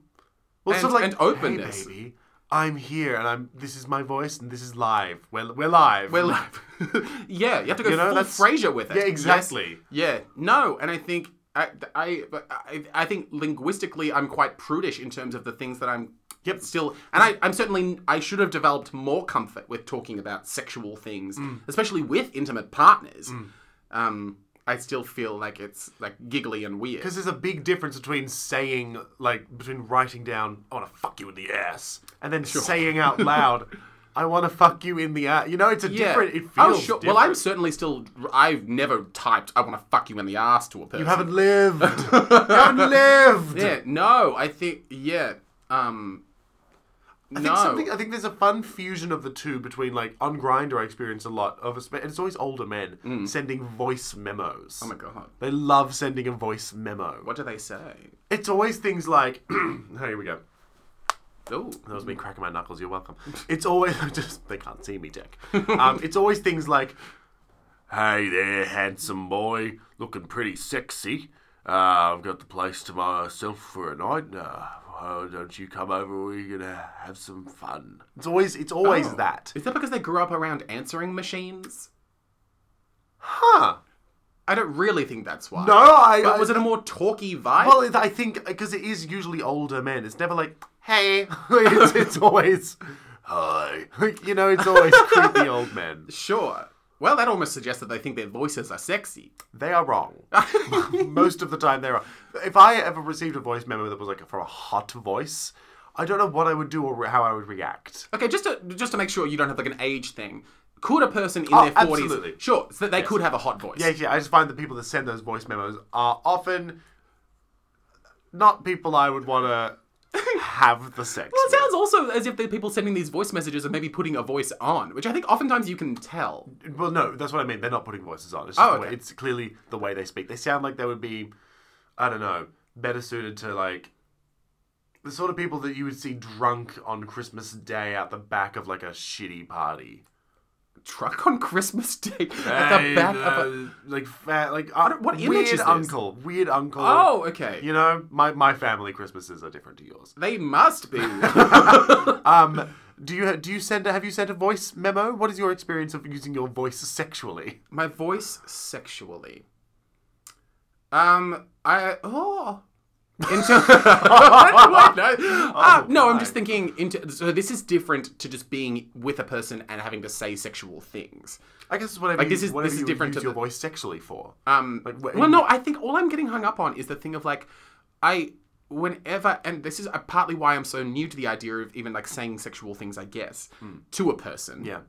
A: Well,
B: And-
A: sort of like
B: and openness.
A: Hey, baby, I'm here, and I'm. This is my voice, and this is live. We're we're live.
B: we're like, *laughs* yeah, you have to go
A: You know,
B: full
A: that's-
B: Frasier with it.
A: yeah,
B: Yes.
A: exactly.
B: Yeah, no, and I think I, I, but I, I think linguistically I'm quite prudish in terms of the things that I'm.
A: Yep.
B: Still, and I, I'm certainly I should have developed more comfort with talking about sexual things,
A: Mm.
B: especially with intimate partners. Um, I still feel like it's like giggly and weird.
A: Because there's a big difference between saying, like, between writing down, I want to fuck you in the ass, and then saying
B: *laughs*
A: out loud, I want to fuck you in the ass. You know, it's a different. It feels
B: oh, sure.
A: different.
B: Well, I'm certainly still. I've never typed "I want to fuck you in the ass" to a person.
A: You haven't
B: *laughs*
A: lived. you haven't lived.
B: Yeah. No, I think. Yeah. Um.
A: I
B: no.
A: think something. I think there's a fun fusion of the two between like on Grinder. I experience a lot of, espe- and it's always older men sending voice memos.
B: Mm. oh my god.
A: They love sending a voice memo.
B: What do they say?
A: It's always things like, *clears throat* here we go.
B: Oh.
A: That was me cracking my knuckles. You're welcome. It's always *laughs* just they can't see me, Jack. Um, it's always things like, "Hey there, handsome boy, looking pretty sexy. Uh, I've got the place to myself for a night. Uh, why don't you come over? We're gonna have some fun." It's always it's always
B: Oh.
A: that,
B: Is that because they grew up around answering machines?
A: huh?
B: I don't really think that's why.
A: No, I,
B: But
A: I
B: was it a more talky
A: *laughs*
B: vibe?
A: well, it- I think because it is usually older men. It's never like, "Hey," *laughs* it's, it's always. Hi. *laughs* you know, it's always creepy old men.
B: sure. Well, that almost suggests that they think their voices are sexy.
A: They are wrong. Most of the time, they are. If I ever received a voice memo that was like from a hot voice, I don't know what I would do or how I would react.
B: Okay, just to just to make sure you don't have like an age thing. Could a person in
A: Oh,
B: their forties?
A: absolutely.
B: Sure, so that they could have a hot voice.
A: Yeah, yeah. I just find the people that send those voice memos are often not people I would want to have the sex.
B: It sounds also as if the people sending these voice messages are maybe putting a voice on, which I think oftentimes you can tell.
A: with. Well, no, that's what I mean. They're not putting voices on. It's, just
B: Oh,
A: the way-
B: okay.
A: it's clearly the way they speak. They sound like they would be. I don't know, better suited to like the sort of people that you would see drunk on Christmas Day at the back of like a shitty party.
B: Drunk on Christmas Day at the back
A: Uh,
B: of a.
A: like fat, like uh,
B: don't- what image
A: weird
B: is this?
A: uncle, weird uncle.
B: Oh, okay.
A: you know, my my family Christmases are different to yours.
B: They must be.
A: Um, do you do you send a, have you sent a voice memo? What is your experience of using your voice sexually?
B: My voice sexually. Um, I oh. Into *laughs* What? no, Ah, no, I'm just thinking. Into so this is different to just being with a person and having to say sexual things.
A: I guess it's whatever
B: Like,
A: you,
B: this is-
A: whatever
B: this is
A: you
B: different
A: use
B: to
A: your
B: the-
A: voice sexually for.
B: Um,
A: Like, wh-
B: well, no, I think all I'm getting hung up on is the thing of like, I whenever, and this is uh, partly why I'm so new to the idea of even like saying sexual things, I guess, to a person.
A: yeah.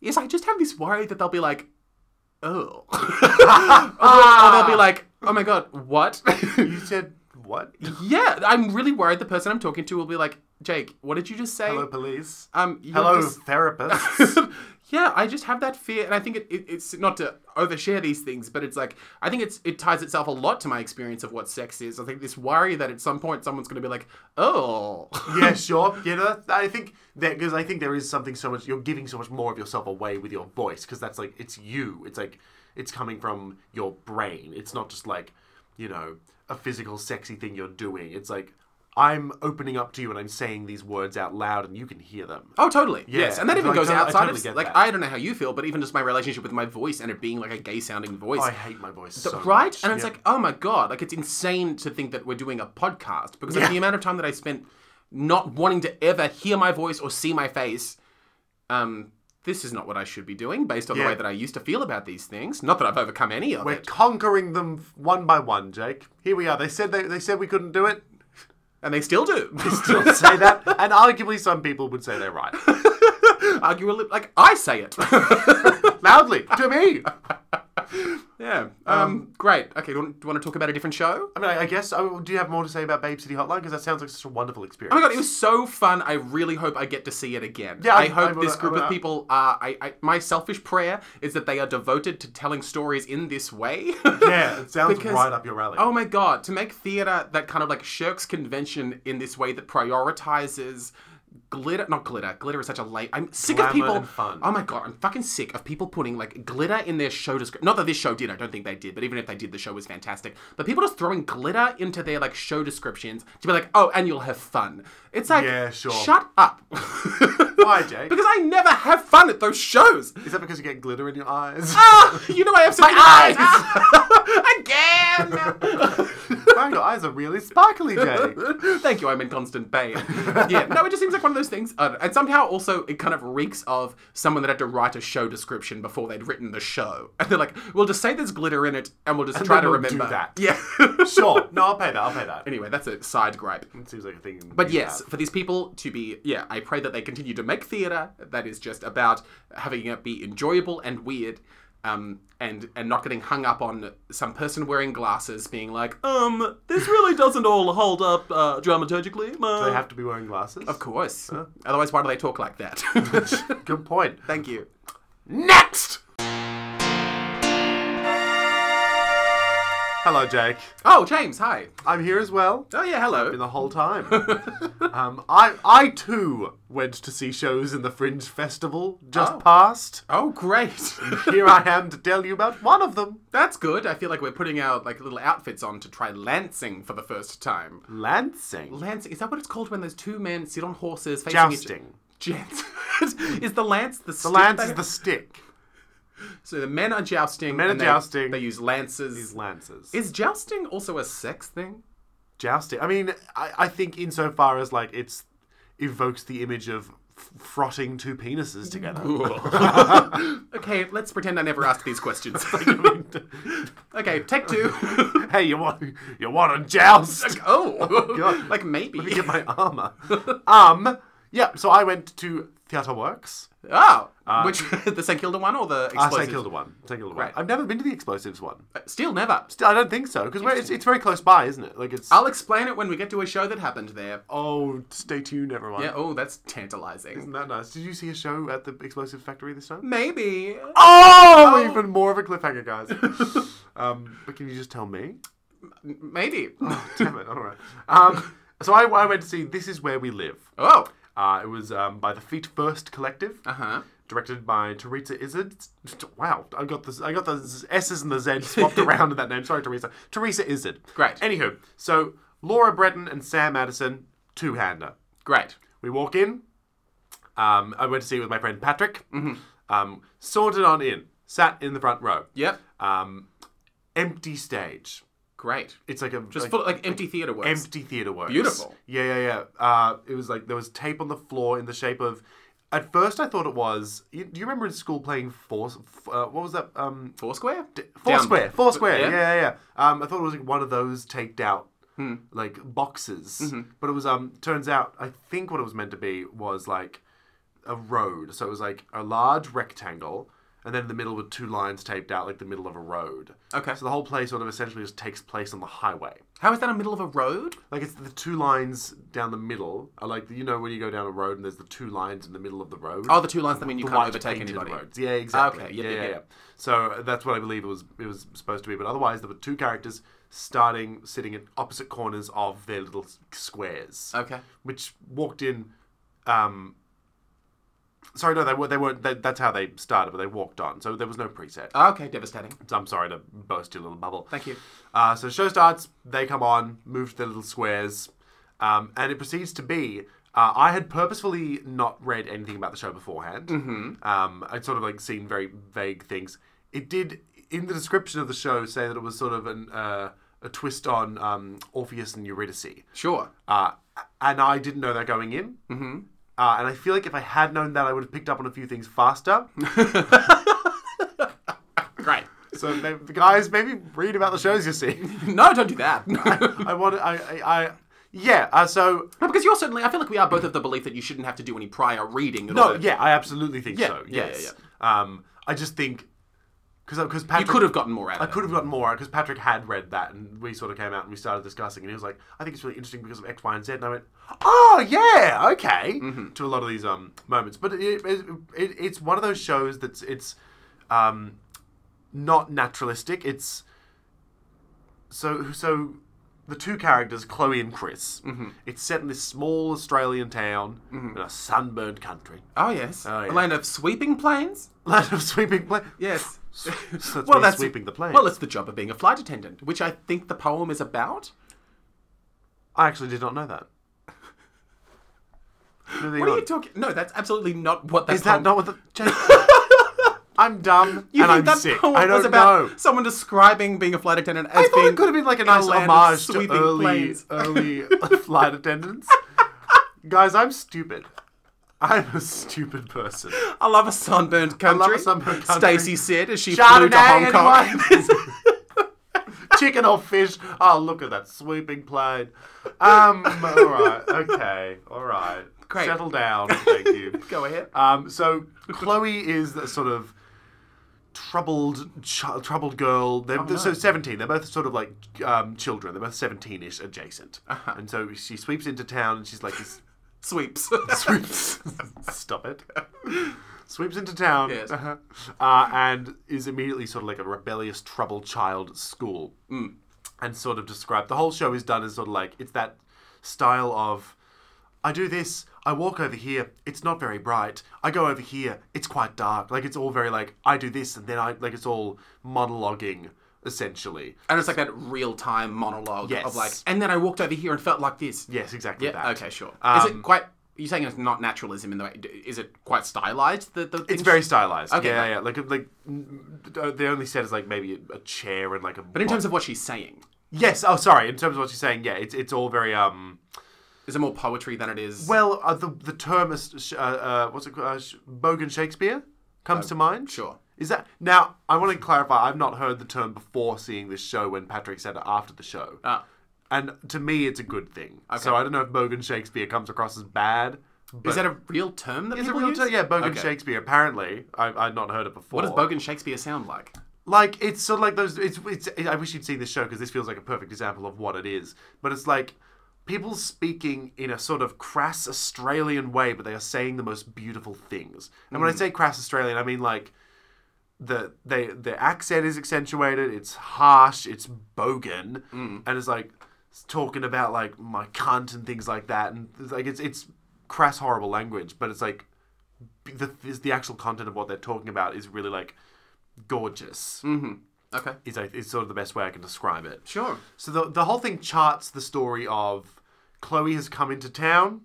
B: Is I just have this worry that they'll be like,
A: *laughs*
B: oh, *laughs* or
A: Ah.
B: they'll be like, oh my god, what? *laughs*
A: You said what?
B: yeah, I'm really worried. The person I'm talking to will be like, Jake, what did you just say?
A: Hello, police.
B: Um, you're
A: Hello,
B: just- *laughs*
A: therapists.
B: yeah, I just have that fear, and I think it, it, it's not to overshare these things, but it's like I think it's it ties itself a lot to my experience of what sex is. I think this worry that at some point someone's going to be like, oh,
A: yeah, sure. You know, I think that because I think there is something so much. You're giving so much more of yourself away with your voice because that's like it's you. It's like it's coming from your brain. It's not just like you know a physical sexy thing you're doing. It's like I'm opening up to you and I'm saying these words out loud and you can hear them.
B: oh, totally,
A: Yeah,
B: yes, and that
A: I
B: even
A: totally-
B: goes
A: I
B: outside
A: totally
B: of
A: get
B: like
A: that.
B: I don't know how you feel, but even just my relationship with my voice and it being like a gay sounding voice.
A: I hate my voice. so
B: right?
A: much.
B: And it's
A: Yeah.
B: like, oh my god, like it's insane to think that we're doing a podcast because of the amount of time that I spent not wanting to ever hear my voice or see my face. Um, this is not what I should be doing based on
A: Yeah.
B: the way that I used to feel about these things. Not that I've overcome any of
A: we're
B: it.
A: conquering them one by one, Jake. Here we are. They said they, they said we couldn't do it.
B: And they still
A: *laughs*
B: do. *laughs*
A: Still say that, and arguably some people would say they're right.
B: Argue a li- like I say
A: *laughs*
B: it. *laughs*
A: Loudly to me.
B: yeah. Um, great. Okay, do you, want, do you want to talk about a different show?
A: I mean, I, I guess. I, do you have more to say about Babe City Hotline? Because that sounds like such a wonderful experience.
B: Oh my god, it was so fun. I really hope I get to see it again.
A: Yeah,
B: I,
A: I-
B: hope
A: I
B: this
A: will- I
B: group
A: will-
B: of people are. I, I, my selfish prayer is that they are devoted to telling stories in this way. *laughs*
A: yeah, it sounds
B: Because-
A: right up your alley.
B: Oh my god, to make theatre that kind of like shirks convention in this way that prioritizes glitter not glitter glitter is such a late i'm sick
A: Glamour
B: of people
A: and fun.
B: oh my god i'm fucking sick of people putting like glitter in their show description not that this show did i don't think they did but even if they did the show was fantastic but people just throwing glitter into their like show descriptions to be like oh and you'll have fun it's like
A: Yeah, sure.
B: shut up
A: *laughs* Why, Jake?
B: because i never have fun at those shows
A: Is that because you get glitter in your eyes? *laughs*
B: Ah, you know i have such
A: eyes!
B: *laughs*
A: *laughs*
B: again
A: wow, your eyes are really sparkly, Jake.
B: *laughs* Thank you, I'm in
A: *laughs*
B: constant pain. yeah, no, it just seems like one of those things. I don't know. and somehow also it kind of reeks of someone that had to write a show description before they'd written the show. *laughs* And they're like, we'll just say there's glitter in it and we'll just try
A: then
B: to
A: we'll do
B: remember.
A: that. *laughs*
B: Yeah.
A: Sure. No, I'll pay that. I'll pay that.
B: anyway, that's a side gripe.
A: It seems like a thing.
B: But yes, for these people to be, yeah, I pray that they continue to make theatre that is just about having it be enjoyable and weird, um, and and not getting hung up on some person wearing glasses being like, um, this really doesn't all hold up uh, dramaturgically. uh."
A: They have to be wearing glasses.
B: Of course. Otherwise, why do they talk like that?
A: *laughs*
B: *laughs*
A: Good point.
B: Thank you.
A: Next! Hello, Jake.
B: Oh, James, hi.
A: I'm here as well.
B: Oh, yeah,
A: been
B: hello.
A: the whole *laughs* time. um, I I too went to see shows in the Fringe Festival just
B: Oh.
A: past. *laughs*
B: Oh, great.
A: Here I am to tell you about one of them,
B: That's good. I feel like we're putting our like little outfits on to try lancing for the first time.
A: Lansing.
B: Lancing, is that what it's called when those two men sit on horses facing
A: Jousting.
B: each Jousting. *laughs* is the lance the,
A: The lance is the stick.
B: So the men are jousting.
A: men are
B: and they-
A: jousting.
B: They use lances.
A: These lances.
B: Is jousting also a sex thing?
A: Jousting. I mean, I, I think insofar as like it's evokes the image of f- frotting two penises together. *laughs*
B: Okay, let's pretend I never asked these
A: *laughs*
B: questions.
A: I mean,
B: okay,
A: *laughs*
B: take two.
A: hey, you want you want to *laughs* joust?
B: oh,
A: God.
B: *laughs* like maybe.
A: Let me get my armor. um. Yeah. So I went to Theatre Works.
B: Oh, which *laughs* the St Kilda one or the
A: Ah,
B: explosives?
A: St Kilda one. St Kilda one.
B: Great.
A: I've never been to the explosives one.
B: Still never.
A: Still, I don't think so because it's, it's very close by, isn't it? Like it's.
B: I'll explain it when we get to a show that happened there.
A: oh, stay tuned, everyone.
B: Yeah.
A: Yeah.
B: Oh, that's tantalizing.
A: Isn't that nice? Did you see a show at the explosive factory this time?
B: Maybe. *laughs*
A: Oh, even more of a cliffhanger, guys. um, but can you just tell me?
B: M- Maybe. *laughs*
A: Damn it. All right. Um, so I, I went to see This Is Where We Live.
B: Oh.
A: Uh, it was um, by the Feet First Collective,
B: Uh huh.
A: directed by Teresa Izzard. Wow, I got the I got the Z- S's and the Z's swapped *laughs* around in that name. Sorry, Teresa. Teresa Izzard.
B: Great.
A: Anywho, so Laura Breton and Sam Addison, two-hander.
B: Great.
A: We walk in. Um, I went to see it with my friend Patrick.
B: Mm-hmm.
A: Um, sauntered on in, sat in the front row.
B: Yep.
A: Um, empty stage.
B: Great.
A: It's like a
B: Just
A: like
B: full like empty theater works.
A: empty theater works.
B: Beautiful.
A: Yeah, yeah, yeah. Uh, it was like there was tape on the floor in the shape of. At first, I thought it was. You, do you remember in school playing four? f- Uh, what was that? Um,
B: Foursquare. D-
A: four square. Four square.
B: yeah.
A: Yeah, yeah, yeah. Um, I thought it was like one of those taped out.
B: Hmm.
A: Like boxes,
B: Mm-hmm.
A: but it was um. Turns out, I think what it was meant to be was like a road. So it was like a large rectangle, and then in the middle were two lines taped out, like the middle of a road.
B: Okay.
A: So the whole play sort of essentially just takes place on the highway.
B: How is that in the middle of a road?
A: Like it's the two lines down the middle are like you know when you go down a road and there's the two lines in the middle of the road.
B: Oh, the two lines that mean you can't
A: white
B: overtake
A: painted
B: anybody.
A: roads. Yeah, exactly.
B: Okay,
A: yeah,
B: yep,
A: yeah,
B: yep,
A: yeah,
B: yep.
A: So that's what I believe it was. It was supposed to be, but otherwise there were two characters starting sitting at opposite corners of their little s- squares.
B: Okay.
A: Which walked in. Um, sorry, no, they were they weren't. They, that's how they started, but they walked on. So there was no preset.
B: Okay. Devastating.
A: So I'm sorry to burst your little bubble.
B: Thank you.
A: Uh, so the show starts, they come on, move to their little squares, um, and it proceeds to be. Uh, I had purposefully not read anything about the show beforehand. Mm-hmm. Um, I'd sort of like seen very vague things. It did, in the description of the show, say that it was sort of an, uh, a twist on um, Orpheus and Eurydice.
B: Sure.
A: Uh, and I didn't know that going in. Mm-hmm. Uh, and I feel like if I had known that, I would have picked up on a few things faster. *laughs*
B: Great. *laughs*
A: so, maybe, guys, maybe read about the shows you see.
B: No, don't do that. *laughs*
A: I want. I. I. I yeah. Uh, so.
B: No, because you're certainly. I feel like we are both of the belief that you shouldn't have to do any prior reading. At
A: No.
B: all.
A: Yeah. I absolutely think
B: Yeah,
A: so.
B: yeah, yeah,
A: Yes. Um. I just think because because
B: You
A: Patrick
B: could have gotten more out of
A: I
B: it.
A: could have gotten more because Patrick had read that and we sort of came out and we started discussing and he was like, I think it's really interesting because of X, Y, and Z. And I went, Oh yeah, okay.
B: Mm-hmm.
A: To a lot of these um moments, but it, it, it, it's one of those shows that's it's um not naturalistic. It's so so the two characters, Chloe and Chris.
B: Mm-hmm.
A: It's set in this small Australian town in a sunburned country, *laughs*
B: Oh yes.
A: Oh, yeah.
B: A land of sweeping planes.
A: land of sweeping pla- *sighs* *laughs*
B: Yes.
A: So it's me sweeping the planes.
B: Well, it's the job of being a flight attendant, which I think the poem is about.
A: I actually did not know
B: *laughs*
A: that. Moving
B: What are
A: on.
B: you talking? No, that's absolutely not what that
A: Is that
B: poem-
A: not
B: *laughs*
A: what the? Jake- I'm dumb
B: You
A: and
B: think
A: I'm
B: that
A: sick.
B: poem
A: I don't
B: was about *laughs*
A: know.
B: someone describing being a flight attendant as
A: I thought
B: being
A: it could have been like a
B: in a
A: nice
B: land of
A: homage to *laughs*
B: sweeping
A: early,
B: planes. *laughs*
A: early flight attendants. Guys, I'm stupid. I'm a stupid person.
B: I love a sunburned country.
A: love a sunburned country.
B: Stacy said as she flew to Hong
A: Chardonnay,
B: Kong.
A: Chicken or fish? Oh, look at that sweeping plane. Um, all right, okay, all right.
B: Great.
A: Settle down. Thank you.
B: *laughs* Go ahead.
A: Um, so Chloe is the sort of troubled, ch- troubled girl.
B: Oh,
A: They're, they're- So seventeen. They're both sort of like um, children. They're both seventeen-ish adjacent.
B: Uh-huh.
A: And so she sweeps into town, and she's like, this,
B: *laughs* Sweeps.
A: *laughs* sweeps. Stop it. Sweeps into town.
B: Yes.
A: Uh-huh. Uh, and is immediately sort of like a rebellious, troubled child at school.
B: Mm.
A: And sort of described. The whole show is done as sort of like it's that style of I do this, I walk over here, it's not very bright. I go over here, it's quite dark. Like it's all very like I do this and then I like it's all monologuing essentially.
B: And it's like that real time monologue
A: Yes.
B: of like, and then I walked over here and felt like this.
A: Yes, exactly
B: Yeah.
A: that.
B: Okay, sure. is it quite? You're saying it's not naturalism in the way? Is it quite stylized? The, the
A: It's very stylized.
B: Okay,
A: yeah,
B: right.
A: yeah. Like, like mm, the only set is like maybe a chair and like a.
B: But in terms of what she's saying,
A: yes, oh, sorry. In terms of what she's saying, yeah, it's it's all very um.
B: is it more poetry than it is?
A: Well, uh, the the term is sh- uh, uh, what's it called? Uh, sh- Bogan Shakespeare comes to mind.
B: Oh, sure.
A: Is that now? I want to clarify. I've not heard the term before seeing this show. When Patrick said it after the show,
B: Ah.
A: and to me, it's a good thing. So I don't know if Bogan Shakespeare comes across as bad. But
B: is that a real term that
A: it's a
B: people
A: real
B: use?
A: term? Yeah, Bogan
B: Okay.
A: Shakespeare. Apparently, I, I'd not heard it before.
B: What does Bogan Shakespeare sound like?
A: like it's sort of like those it's, it's i wish you'd seen this show because this feels like a perfect example of what it is but it's like people speaking in a sort of crass australian way but they are saying the most beautiful things and when i say crass australian i mean like the they the accent is accentuated. It's harsh. It's bogan, and it's like it's talking about like my cunt and things like that. And it's like it's it's crass, horrible language. But it's like b- the is the actual content of what they're talking about is really like gorgeous.
B: Okay.
A: Is like, is sort of the best way I can describe it.
B: Sure.
A: So the the whole thing charts the story of Chloe has come into town.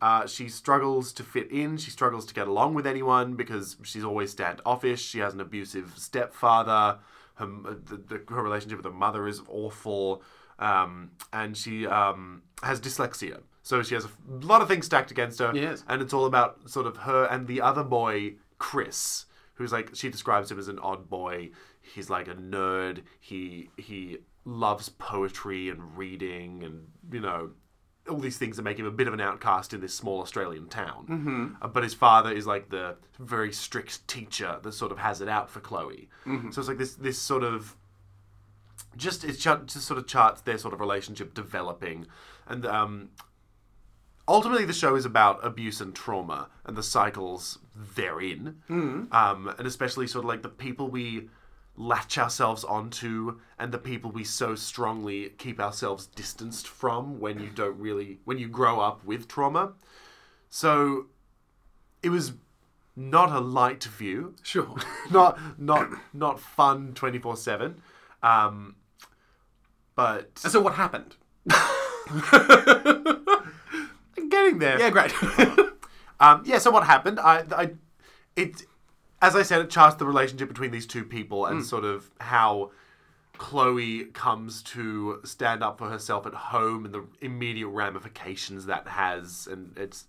A: Uh, she struggles to fit in. She struggles to get along with anyone because she's always standoffish. She has an abusive stepfather. Her m- the, the, her relationship with her mother is awful, um, and she um, has dyslexia. So she has a f- lot of things stacked against her.
B: Yes.
A: and it's all about sort of her and the other boy, Chris, who's like she describes him as an odd boy. He's like a nerd. He he loves poetry and reading and you know all these things that make him a bit of an outcast in this small Australian town. Mm-hmm. but his father is like the very strict teacher that sort of has it out for Chloe. So it's like this this sort of just it char- just sort of charts their sort of relationship developing, and um, ultimately the show is about abuse and trauma and the cycles therein um, and especially sort of like the people we latch ourselves onto and the people we so strongly keep ourselves distanced from when you don't really when you grow up with trauma so it was not a light view *laughs*
B: Sure.
A: not not not fun 24 7 um but
B: so what happened?
A: getting there
B: Yeah, *laughs* great.
A: Um, yeah, so what happened? I, I, it, as I said, it charts the relationship between these two people and sort of how Chloe comes to stand up for herself at home and the immediate ramifications that has. And it's,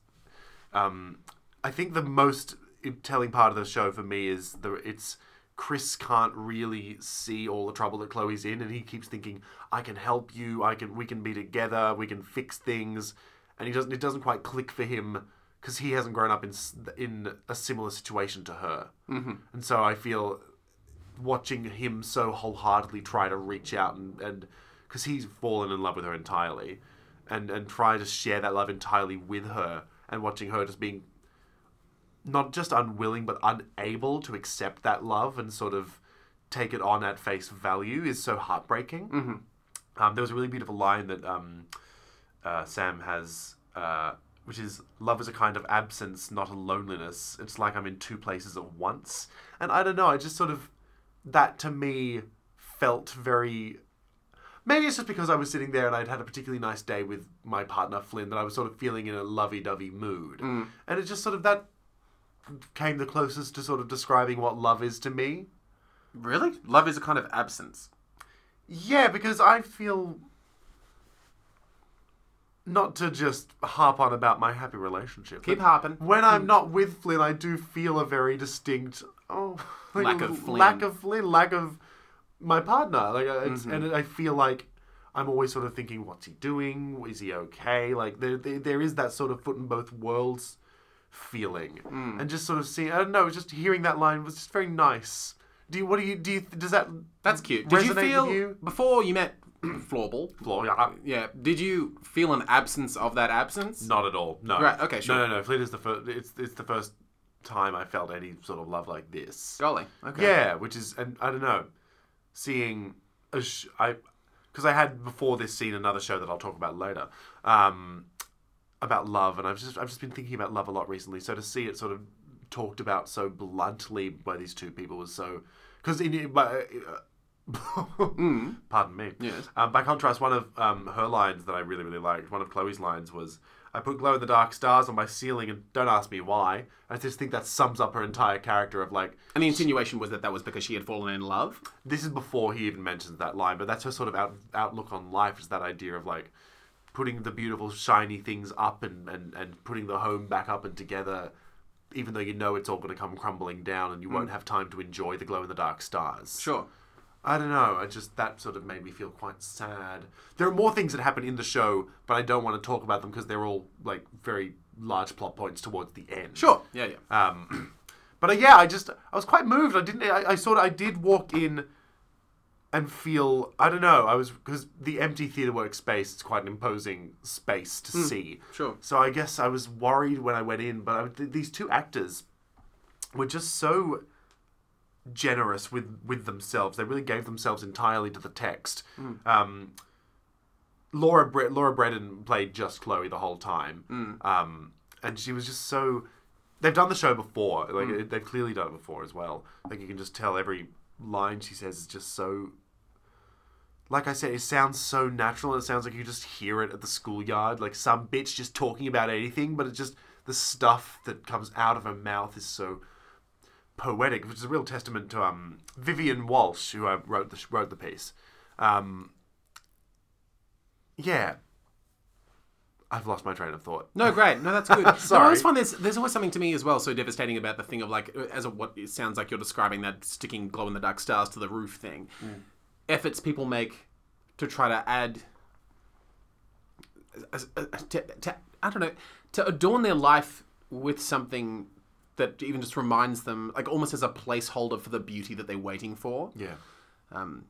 A: um, I think the most telling part of the show for me is the it's Chris can't really see all the trouble that Chloe's in, and he keeps thinking, "I can help you. I can. We can be together. We can fix things." And he doesn't. It doesn't quite click for him because he hasn't grown up in s- in a similar situation to her. Mm-hmm. And so I feel watching him so wholeheartedly try to reach out and and because he's fallen in love with her entirely, and and try to share that love entirely with her, and watching her just being not just unwilling but unable to accept that love and sort of take it on at face value is so heartbreaking. Um, there was a really beautiful line that um, uh, Sam has, uh, which is "Love is a kind of absence, not a loneliness. It's like I'm in two places at once." And I don't know. I just sort of that to me felt very. Maybe it's just because I was sitting there and I'd had a particularly nice day with my partner Flynn that I was sort of feeling in a lovey-dovey mood, and it just sort of that came the closest to sort of describing what love is to me.
B: really? Love is a kind of absence.
A: Yeah, because I feel not to just harp on about my happy relationship.
B: Keep
A: but
B: harping.
A: When I'm not with Flynn, I do feel a very distinct oh *laughs* like
B: Lack
A: a
B: of
A: l- lack
B: Flynn.
A: of Flynn, lack of my partner. Like I- it's,
B: Mm-hmm.
A: and I feel like I'm always sort of thinking, what's he doing? Is he okay? Like there, there, there is that sort of foot in both worlds feeling,
B: Hmm.
A: and just sort of seeing. I don't know. Just hearing that line was just very nice. Do you? What do you? Do you? Does that?
B: That's cute. Did you
A: resonate with
B: feel
A: you?
B: before you met *clears throat* Floorball?
A: Floor, yeah.
B: Yeah. Did you feel an absence of that absence?
A: Not at all. No.
B: Right, okay, sure.
A: No, no, no. Fleet is the first. It's it's the first time I felt any sort of love like this.
B: Golly. Okay.
A: Yeah, which is and I don't know, seeing a sh- I because I had before this seen another show that I'll talk about later. Um, about love, and I've just I've just been thinking about love a lot recently. So to see it sort of talked about so bluntly by these two people was so because in by, *laughs* pardon me.
B: Hmm. Yes.
A: Um, by contrast, one of um, her lines that I really really liked, one of Chloe's lines was. I put glow in the dark stars on my ceiling, and don't ask me why. I just think that sums up her entire character of like,
B: And the insinuation was that that was because she had fallen in love.
A: this is before he even mentions that line, but that's her sort of out, outlook on life is that idea of like putting the beautiful, shiny things up and, and, and putting the home back up and together, even though you know it's all going to come crumbling down and you won't have time to enjoy the glow in the dark stars.
B: Mm. Sure.
A: I don't know. I just that sort of made me feel quite sad. There are more things that happen in the show, but I don't want to talk about them because they're all like very large plot points towards the end.
B: Sure. Yeah. Yeah.
A: Um, but uh, yeah, I just I was quite moved. I didn't. I, I sort of I did walk in and feel I don't know. I was because the empty theatre work space is quite an imposing space to see.
B: Sure.
A: So I guess I was worried when I went in, but I, th- these two actors were just so generous with with themselves. They really gave themselves entirely to the text. Um, Laura Bre- Laura Bredon played just Chloe the whole time, um, and she was just so. They've done the show before, like it- they've clearly done it before as well. Like you can just tell every line she says is just so. Like I said, it sounds so natural, and it sounds like you just hear it at the schoolyard, like some bitch just talking about anything. But it just the stuff that comes out of her mouth is so poetic, which is a real testament to um, Vivian Walsh, who uh, wrote the wrote the piece. Um, yeah, I've lost my train of thought.
B: No, great. No,
A: *laughs*
B: that's good. No, I
A: Sorry.
B: always find there's there's always something to me as well so devastating about the thing of like uh, as of what it sounds like you're describing that sticking glow in the dark stars to the roof thing.
A: Mm.
B: Efforts people make to try to add uh, to, to I don't know to adorn their life with something that even just reminds them like almost as a placeholder for the beauty that they're waiting for.
A: Yeah.
B: Um,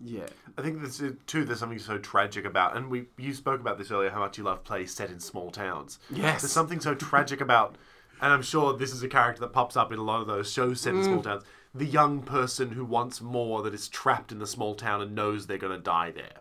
B: yeah.
A: I think this is, too. There's something so tragic about, and we you spoke about this earlier. How much you love plays set in small towns.
B: Yes.
A: There's something so tragic about, and I'm sure this is a character that pops up in a lot of those shows set in small
B: Mm.
A: towns. The young person who wants more that is trapped in the small town and knows they're going to die there.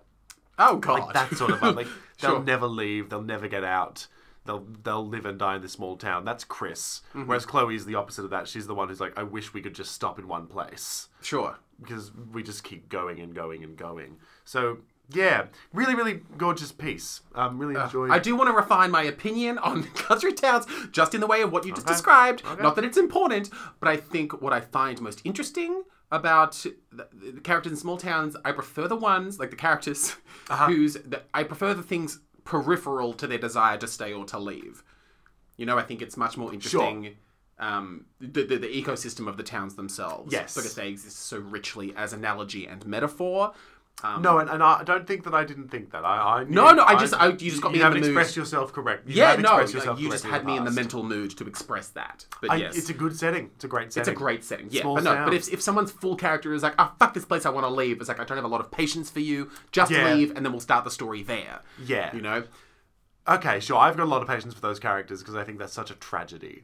B: Oh god.
A: that sort of vibe. Like they'll
B: Sure.
A: never leave. They'll never get out. They'll they'll live and die in this small town. That's Chris.
B: Mm-hmm.
A: Whereas Chloe's the opposite of that. She's the one who's like, I wish we could just stop in one place
B: *laughs* sure.
A: because we just keep going and going and going. So yeah, really really gorgeous piece. Um, really enjoyed.
B: Uh, I do want to refine my opinion on *laughs* country towns just in the way of what you just described. Not that it's important, but I think what I find most interesting about the, the characters in small towns, I prefer the ones, like the characters, *laughs* who's, the, I prefer the things peripheral to their desire to stay or to leave. You know, I think it's much more interesting. Um, the, the, the ecosystem of the towns themselves.
A: Yes.
B: Because they exist so richly as analogy and metaphor. Um,
A: no, and, and I don't think that I didn't think that. I, I
B: No, no, I just- I- you just got
A: you
B: me in
A: haven't
B: the mood.
A: expressed yourself correct. You
B: yeah,
A: have
B: no,
A: expressed
B: like,
A: yourself
B: you just
A: correctly
B: had me in the
A: past.
B: mental mood to express that. But
A: I-
B: yes,
A: It's a good setting. It's a great setting.
B: it's a great setting. Yeah,
A: Small
B: but no,
A: town.
B: but if, if someone's full character is like, oh, fuck this place, I want to leave. It's like, I don't have a lot of patience for you. Just
A: Yeah.
B: leave, and then we'll start the story there.
A: Yeah.
B: You know?
A: Okay, sure. I've got a lot of patience for those characters because I think that's such a tragedy.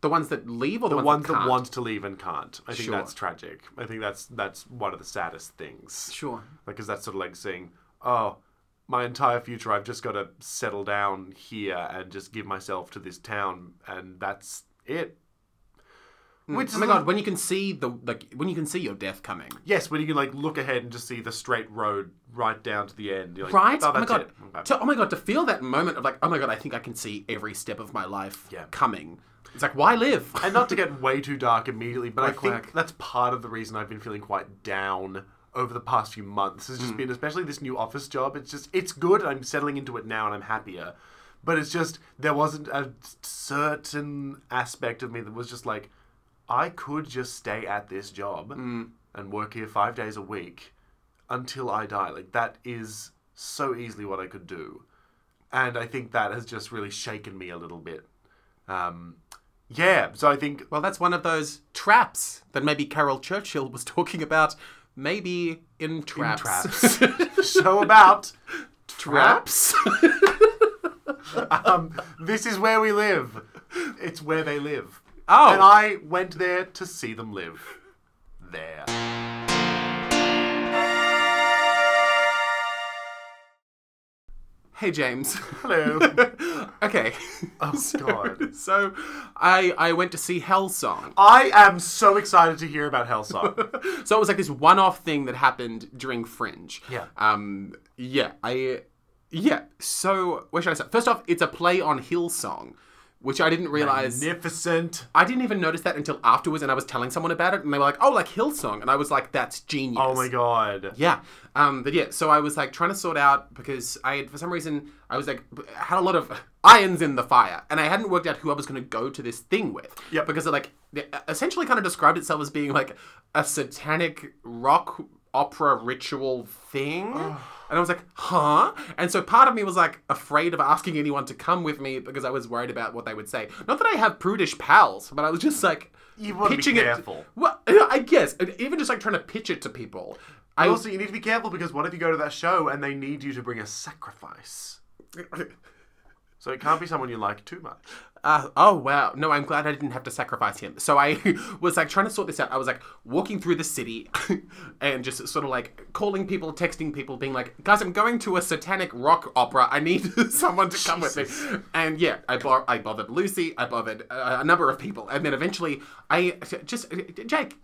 B: The ones that leave or the,
A: the
B: ones,
A: ones
B: that
A: that,
B: can't?
A: want to leave and can't. I think
B: Sure.
A: that's tragic. I think that's that's one of the saddest things.
B: Sure.
A: Because that's sort of like saying, oh, my entire future, I've just got to settle down here and just give myself to this town, and that's it. Which
B: Oh my god, when you can see the like when you can see your death coming.
A: Yes, when you can like look ahead and just see the straight road right down to the end. You're like,
B: Right?
A: Oh,
B: oh my
A: that's
B: god.
A: it. Okay.
B: To, oh my god, to feel that moment of like, oh my god, I think I can see every step of my life
A: Yeah.
B: coming. It's like, why live?
A: and not to get way too dark immediately, but I
B: Whack,
A: think
B: whack.
A: that's part of the reason I've been feeling quite down over the past few months. Has just been especially this new office job. It's just it's good. I'm settling into it now, and I'm happier. But it's just there wasn't a certain aspect of me that was just like, I could just stay at this job and work here five days a week until I die. Like that is so easily what I could do, and I think that has just really shaken me a little bit. Um, yeah, so I think
B: Well, that's one of those traps that maybe Carol Churchill was talking about. Maybe in traps.
A: traps. show about
B: *laughs* Traps? *laughs*
A: um, this is where we live. It's where they live.
B: Oh.
A: And I went there to see them live. There.
B: hey, James. *laughs*
A: Hello.
B: okay. *laughs*
A: Oh god.
B: So, I I went to see Hellsong.
A: I am so excited to hear about
B: *laughs*
A: Hellsong.
B: So it was like this one-off thing that happened during Fringe.
A: Yeah.
B: Um. Yeah. I. Yeah. So where should I start? First off, it's a play on Hillsong, which I didn't realize.
A: Magnificent.
B: I didn't even notice that until afterwards, and I was telling someone about it, and they were like, "Oh, like Hillsong," and I was like, "That's genius."
A: Oh my god.
B: Yeah. Um, but yeah, so I was like trying to sort out because I had, for some reason, I was like, b- had a lot of *laughs* irons in the fire and I hadn't worked out who I was going to go to this thing with.
A: Yep.
B: Because it like it essentially kind of described itself as being like a satanic rock opera ritual thing. And I was like, huh? And so part of me was like afraid of asking anyone to come with me because I was worried about what they would say. Not that I have prudish pals, but I was just like,
A: You wanna be
B: pitching
A: careful.
B: it. Well, I guess. and Even just like trying to pitch it to people. I
A: Also, you need to be careful because what if you go to that show and they need you to bring a sacrifice? So it can't be someone you like too much.
B: *laughs* Uh, oh wow! No, I'm glad I didn't have to sacrifice him. So I *laughs* was like trying to sort this out. I was like walking through the city, *laughs* and just sort of like calling people, texting people, being like, "Guys, I'm going to a satanic rock opera. I need *laughs* someone to come with me." And yeah, I bo- I bothered Lucy. I bothered uh, a number of people, and then eventually I just Jake.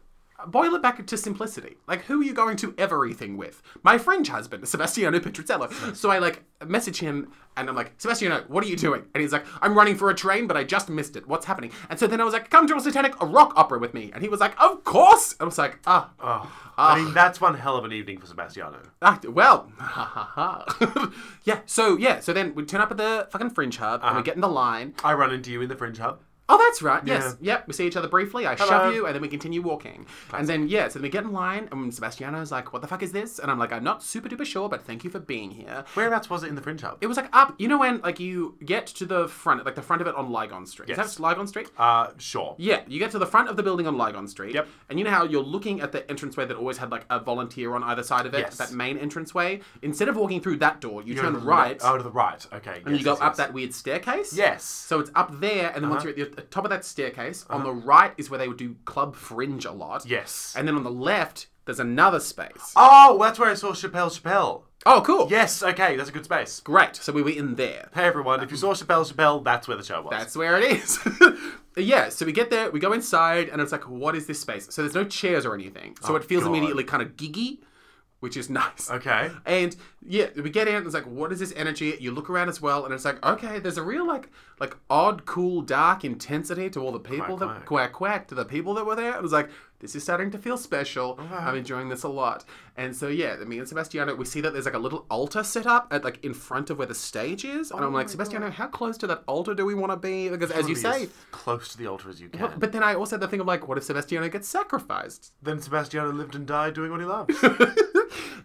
B: Boil it back to simplicity. Like, who are you going to everything with? My French husband, Sebastiano Petruzzello. So I like message him and I'm like, Sebastiano, what are you doing? And he's like, I'm running for a train, but I just missed it. What's happening? And so then I was like, come to a satanic rock opera with me. And he was like, of course. And I was like, ah,
A: Oh, I mean, that's one hell of an evening for Sebastiano.
B: Ah, well, *laughs* ha ha ha. *laughs* yeah. So yeah. So then we turn up at the fucking fringe hub and we get in the line.
A: I run into you in the Fringe Hub.
B: Oh, that's right. Yes. Yep. We see each other briefly. I shove you, and then we continue walking. And then yeah. So then we get in line, and Sebastiano's like, "What the fuck is this?" And I'm like, "I'm not super duper sure, but thank you for being here."
A: Whereabouts was it in the Fringe Hub?
B: It was like up. You know when like you get to the front, like the front of it on Lygon Street. Is
A: Yes.
B: that Lygon Street?
A: Uh, sure.
B: Yeah, you get to the front of the building on Lygon Street.
A: Yep.
B: And you know how you're looking at the entranceway that always had like a volunteer on either side of it,
A: Yes.
B: that main entranceway. Instead of walking through that door, you
A: You're to
B: turn
A: the
B: right
A: Oh, to the right. Okay.
B: and you go up that weird staircase.
A: Yes.
B: So it's up there, and then
A: Uh-huh.
B: once you're at the top of that staircase, on the right is where they would do club fringe a lot.
A: yes.
B: And then on the left, there's another space.
A: oh, that's where I saw Chappelle. Chappelle.
B: Oh, cool.
A: Yes. Okay, that's a good space.
B: Great. So we were in there.
A: Hey everyone, if you saw Chappelle, Chappelle, that's where the show was.
B: That's where it is. *laughs* yeah, so we get there, we go inside, and it's like, what is this space? So there's no chairs or anything. So it feels
A: Oh, God.
B: immediately kind of giggy, which is *laughs* nice.
A: okay.
B: And yeah, we get in, and it's like, what is this energy? You look around as well, and it's like, okay, there's a real like like odd, cool, dark intensity to all the people that
A: quack.
B: quack quack to the people that were there. It was like, this is starting to feel special. I'm enjoying this a lot. And so yeah, me and Sebastiano, we see that there's like a little altar set up at like in front of where the stage is.
A: Oh
B: And I'm like, Sebastiano, how close to that altar do we want to be? Because as you
A: Be as
B: say,
A: close to the altar as you can.
B: but then I also had the thing of like, what if Sebastiano gets sacrificed?
A: then Sebastiano lived and died doing what he
B: *laughs*
A: loved.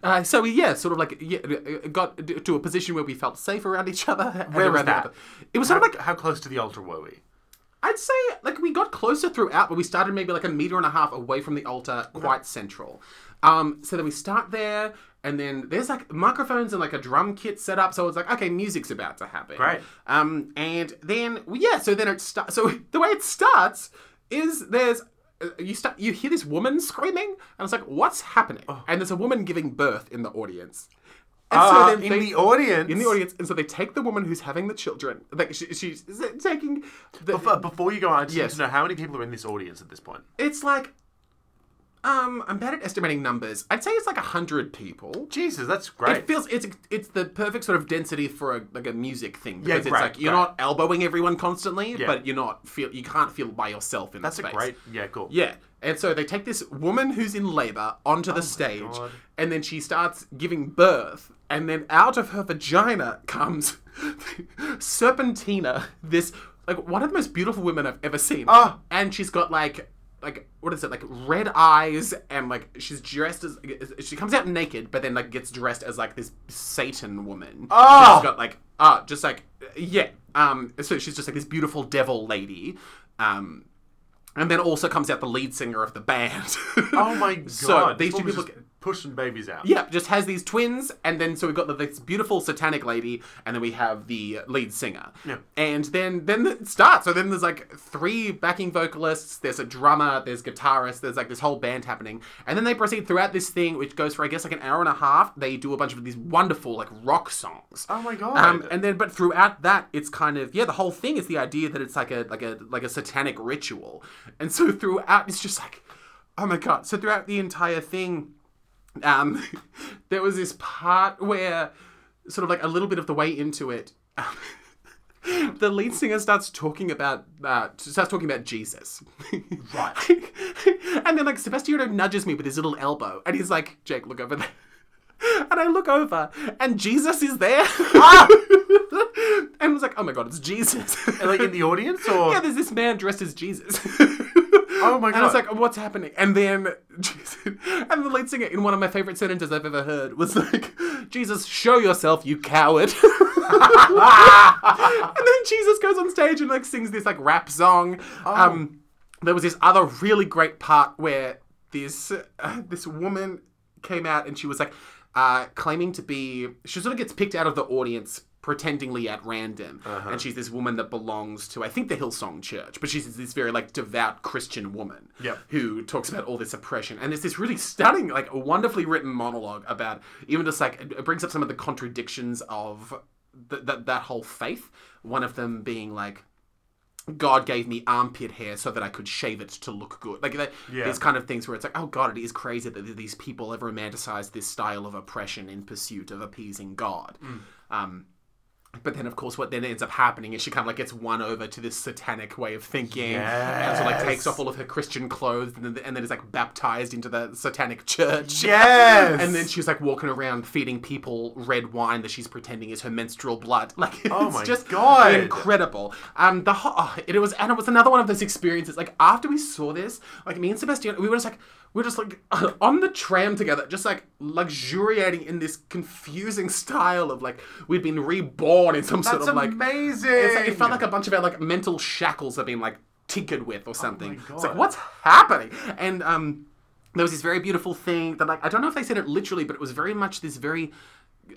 B: Uh, so we, yeah, sort of like yeah, uh, got to a position where we felt safe around each other. *laughs* and
A: Where was
B: around the
A: that?
B: other- It was
A: how,
B: sort of like
A: how close to the altar were we?
B: I'd say like we got closer throughout, but we started maybe like a meter and a half away from the altar, quite central. Um, so then we start there, and then there's like microphones and like a drum kit set up. So it's like okay, music's about to happen.
A: Great.
B: Um, and then well, yeah, so then it starts. So the way it starts is there's uh, you start you hear this woman screaming, and it's like what's happening?
A: Oh.
B: And there's a woman giving birth in the audience. And
A: Uh,
B: they-
A: in the audience.
B: in the audience, and so they take the woman who's having the children. Like she, she's taking. The,
A: Before, before you go on, I just
B: Yes.
A: need to know how many people are in this audience at this point.
B: it's like, um, I'm bad at estimating numbers. I'd say it's like a hundred people.
A: Jesus, that's great.
B: It feels it's it's the perfect sort of density for a like a music thing because it's
A: great,
B: like you're
A: great.
B: not elbowing everyone constantly, but you're not feel you can't feel by yourself in
A: that's
B: the
A: a
B: space.
A: great. Yeah, cool.
B: Yeah. And so they take this woman who's in labor onto the stage,
A: Oh God.
B: and then she starts giving birth, and then out of her vagina comes *laughs* Serpentina, this like one of the most beautiful women I've ever seen.
A: Ah.
B: And she's got like like what is it like red eyes and like she's dressed as she comes out naked but then like gets dressed as like this satan woman
A: Ah.
B: She's got, like ah just like yeah um so she's just like this beautiful devil lady um and then also comes out the lead singer of the band.
A: Oh my god.
B: *laughs* So
A: this
B: these two
A: woman's
B: people.
A: just pushing babies out.
B: Yeah, just has these twins, and then so we've got the, this beautiful satanic lady, and then we have the lead singer.
A: Yeah.
B: And then then it starts. So then there's like three backing vocalists, there's a drummer, there's guitarist, there's like this whole band happening. And then they proceed throughout this thing, which goes for I guess like an hour and a half. They do a bunch of these wonderful like rock songs.
A: Oh my god.
B: Um, and then, but throughout that, it's kind of yeah. The whole thing is the idea that it's like a like a like a satanic ritual, and so throughout it's just like, oh my god. So throughout the entire thing, um, *laughs* there was this part where, sort of like a little bit of the way into it, um, *laughs* the lead singer starts talking about uh, starts talking about Jesus,
A: Right.
B: *laughs* and then like Sebastiano nudges me with his little elbow, and he's like, Jake, look over there. *laughs* And I look over, and Jesus is there.
A: Ah!
B: *laughs* and was like, oh my god, it's Jesus.
A: like in the audience or
B: yeah, there's this man dressed as Jesus. *laughs*
A: Oh my
B: And I was
A: God.
B: like, what's happening? And then *laughs* Jesus, and the lead singer in one of my favorite sentences I've ever heard was like, Jesus, show yourself,
A: *laughs*
B: you coward. *laughs* and then Jesus goes on stage and like sings this like rap song. Um, there was this other really great part where this uh, this woman came out and she was like uh, claiming to be she sort of gets picked out of the audience pretendingly at random. And she's this woman that belongs to, I think, the Hillsong Church, but she's this very like devout Christian woman
A: Yep.
B: who talks about all this oppression. And there's this really stunning, like wonderfully written monologue about even just like it it brings up some of the contradictions of th- th- that whole faith. One of them being like, God gave me armpit hair so that I could shave it to look good. Like that,
A: Yeah.
B: these kind of things where it's like, oh God, it is crazy that th- these people have romanticized this style of oppression in pursuit of appeasing God.
A: Mm.
B: Um, but then, of course, what then ends up happening is she kind of like gets won over to this satanic way of thinking, and so like
A: Yes.
B: takes off all of her Christian clothes, and then, and then is like baptized into the satanic church.
A: Yes.
B: And then she's like walking around feeding people red wine that she's pretending is her menstrual blood. *laughs* Like, it's
A: Oh my
B: just
A: God.
B: incredible. Um, the ho- oh, it was and it was another one of those experiences. Like after we saw this, like me and Sebastian, we were just like we were just like *laughs* on the tram together, just like luxuriating in this confusing style of like we'd been reborn in some sort
A: That's
B: of like
A: amazing.
B: it's like- it felt like a bunch of our like mental shackles have been like tinkered with or something. it's like
A: God.
B: what's happening? And um, there was this very beautiful thing that like I don't know if they said it literally, but it was very much this very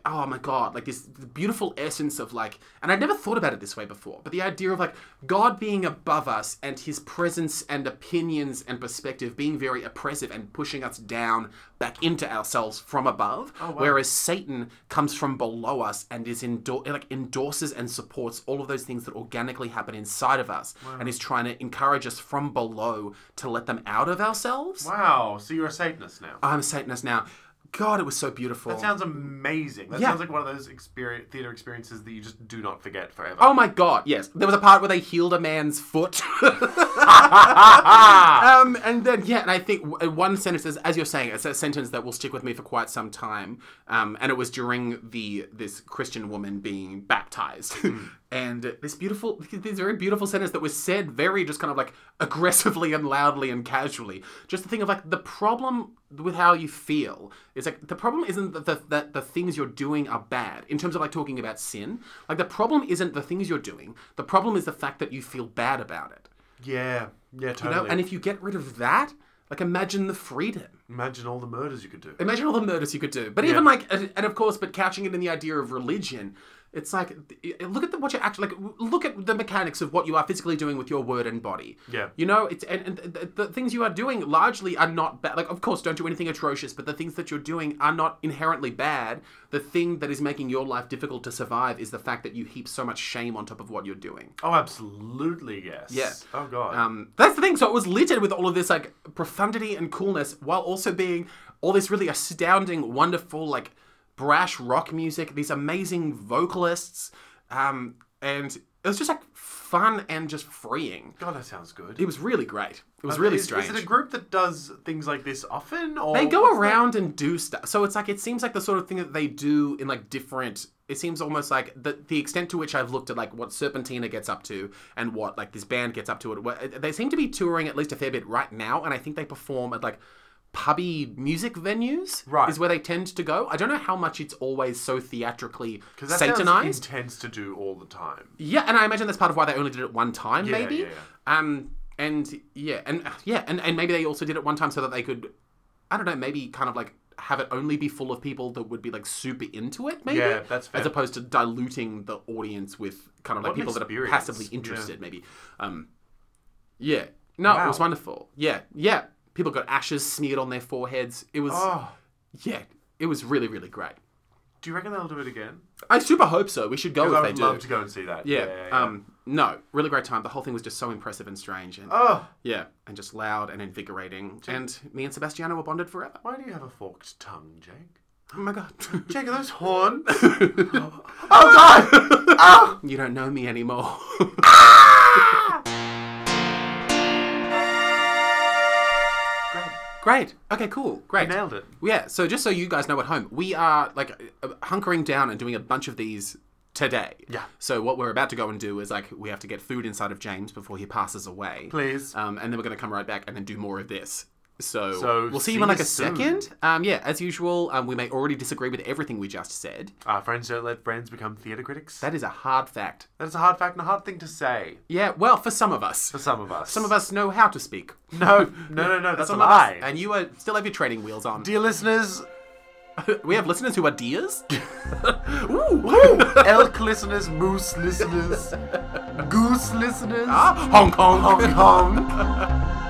B: oh my god like this beautiful essence of like and i never thought about it this way before but the idea of like god being above us and his presence and opinions and perspective being very oppressive and pushing us down back into ourselves from above
A: Oh,
B: whereas satan comes from below us and is endor- like endorses and supports all of those things that organically happen inside of us and is trying to encourage us from below to let them out of ourselves
A: wow. So you're a Satanist now.
B: i'm a satanist now god it was so beautiful
A: That sounds amazing. That
B: Yeah.
A: sounds like one of those experience, theater experiences that you just do not forget forever.
B: Oh my god, yes. There was a part where they healed a man's foot. *laughs*
A: *laughs*
B: um, and then, yeah, and I think w- uh, one sentence, is, as you're saying, it's a sentence that will stick with me for quite some time. Um, and it was during the this Christian woman being baptized. *laughs* and this beautiful, this very beautiful sentence that was said very just kind of like aggressively and loudly and casually. Just the thing of like the problem with how you feel is like the problem isn't that the, that the things you're doing are bad in terms of like talking about sin like the problem isn't the things you're doing the problem is the fact that you feel bad about it
A: Yeah, yeah,
B: you
A: totally.
B: know and if you get rid of that like imagine the freedom
A: Imagine all the murders you could do.
B: imagine all the murders you could do but even like and and of course but couching it in the idea of religion it's like i- i- look at the, what you're actually like w- look at the mechanics of what you are physically doing with your word and body
A: Yeah.
B: you know it's and, and the, the things you are doing largely are not bad like of course don't do anything atrocious but the things that you're doing are not inherently bad the thing that is making your life difficult to survive is the fact that you heap so much shame on top of what you're doing
A: Oh, absolutely, yes.
B: Yeah.
A: Oh, God.
B: um, that's the thing. So it was littered with all of this like profundity and coolness, while also being all this really astounding, wonderful like brash rock music. These amazing vocalists, um, and it was just like fun and just freeing.
A: God, that sounds good.
B: It was really great. It was really
A: is,
B: strange.
A: Is it a group that does things like this often? Or
B: they go
A: what's the-
B: around and do stuff. So it's like it seems like the sort of thing that they do in like different. It seems almost like the the extent to which I've looked at like what Serpentina gets up to and what like this band gets up to. It what- they seem to be touring at least a fair bit right now, and I think they perform at like pubby music venues.
A: Right.
B: is where they tend to go. I don't know how much it's always so theatrically
A: 'Cause that sounds
B: satanized.
A: intense to do all the time.
B: Yeah, and I imagine that's part of why they only did it one time, maybe.
A: yeah,
B: Um, and yeah, and yeah, and, and maybe they also did it one time so that they could, I don't know, maybe kind of like have it only be full of people that would be like super into it, maybe.
A: Yeah, that's fair.
B: As opposed to diluting the audience with kind of like
A: What an
B: people that are
A: experience.
B: passively
A: Yeah.
B: interested, maybe. Um, yeah. No, it was
A: Wow.
B: wonderful. Yeah, yeah. People got ashes smeared on their foreheads. It was,
A: Oh,
B: yeah, it was really, really great.
A: do you reckon they'll do it again?
B: I super hope so. We should go if
A: I
B: Oh, they
A: would
B: do.
A: love to go and see that.
B: Yeah.
A: yeah,
B: Um. No, really great time. The whole thing was just so impressive and strange, and
A: oh,
B: yeah, and just loud and invigorating. And me and Sebastiano were
A: *gasps*
B: bonded forever.
A: why do you have a forked tongue, Jake?
B: Oh my *laughs* god.
A: Jake, are those *laughs* horns?
B: Oh!
A: Oh!
B: you don't know me anymore. *laughs*
A: Great.
B: great. Okay. Cool. Great.
A: Nailed it.
B: Yeah. So just so you guys know at home, we are like uh, hunkering down and doing a bunch of these today.
A: Yeah.
B: So what we're about to go and do is like we have to get food inside of James before he passes away.
A: Please.
B: Um, and then we're going to come right back and then do more of this. So,
A: So,
B: we'll see,
A: see
B: you in like
A: you
B: a
A: soon.
B: second. Um, yeah, as usual, um, we may already disagree with everything we just said.
A: Our friends don't let friends become theatre critics.
B: That is a hard fact.
A: that is a hard fact and a hard thing to say
B: Yeah, well, for some of us.
A: for some of us.
B: Some of us know how to speak.
A: *laughs*
B: *laughs*
A: No, no, no, no. That's a
B: Some of us-
A: lie.
B: And you are, still have your training wheels on.
A: Dear listeners,
B: we have listeners who
A: *laughs*
B: are deers. *laughs* Ooh.
A: Elk listeners,
B: *laughs*
A: moose listeners, goose listeners,
B: Ah, Hong Kong.
A: Hong Kong.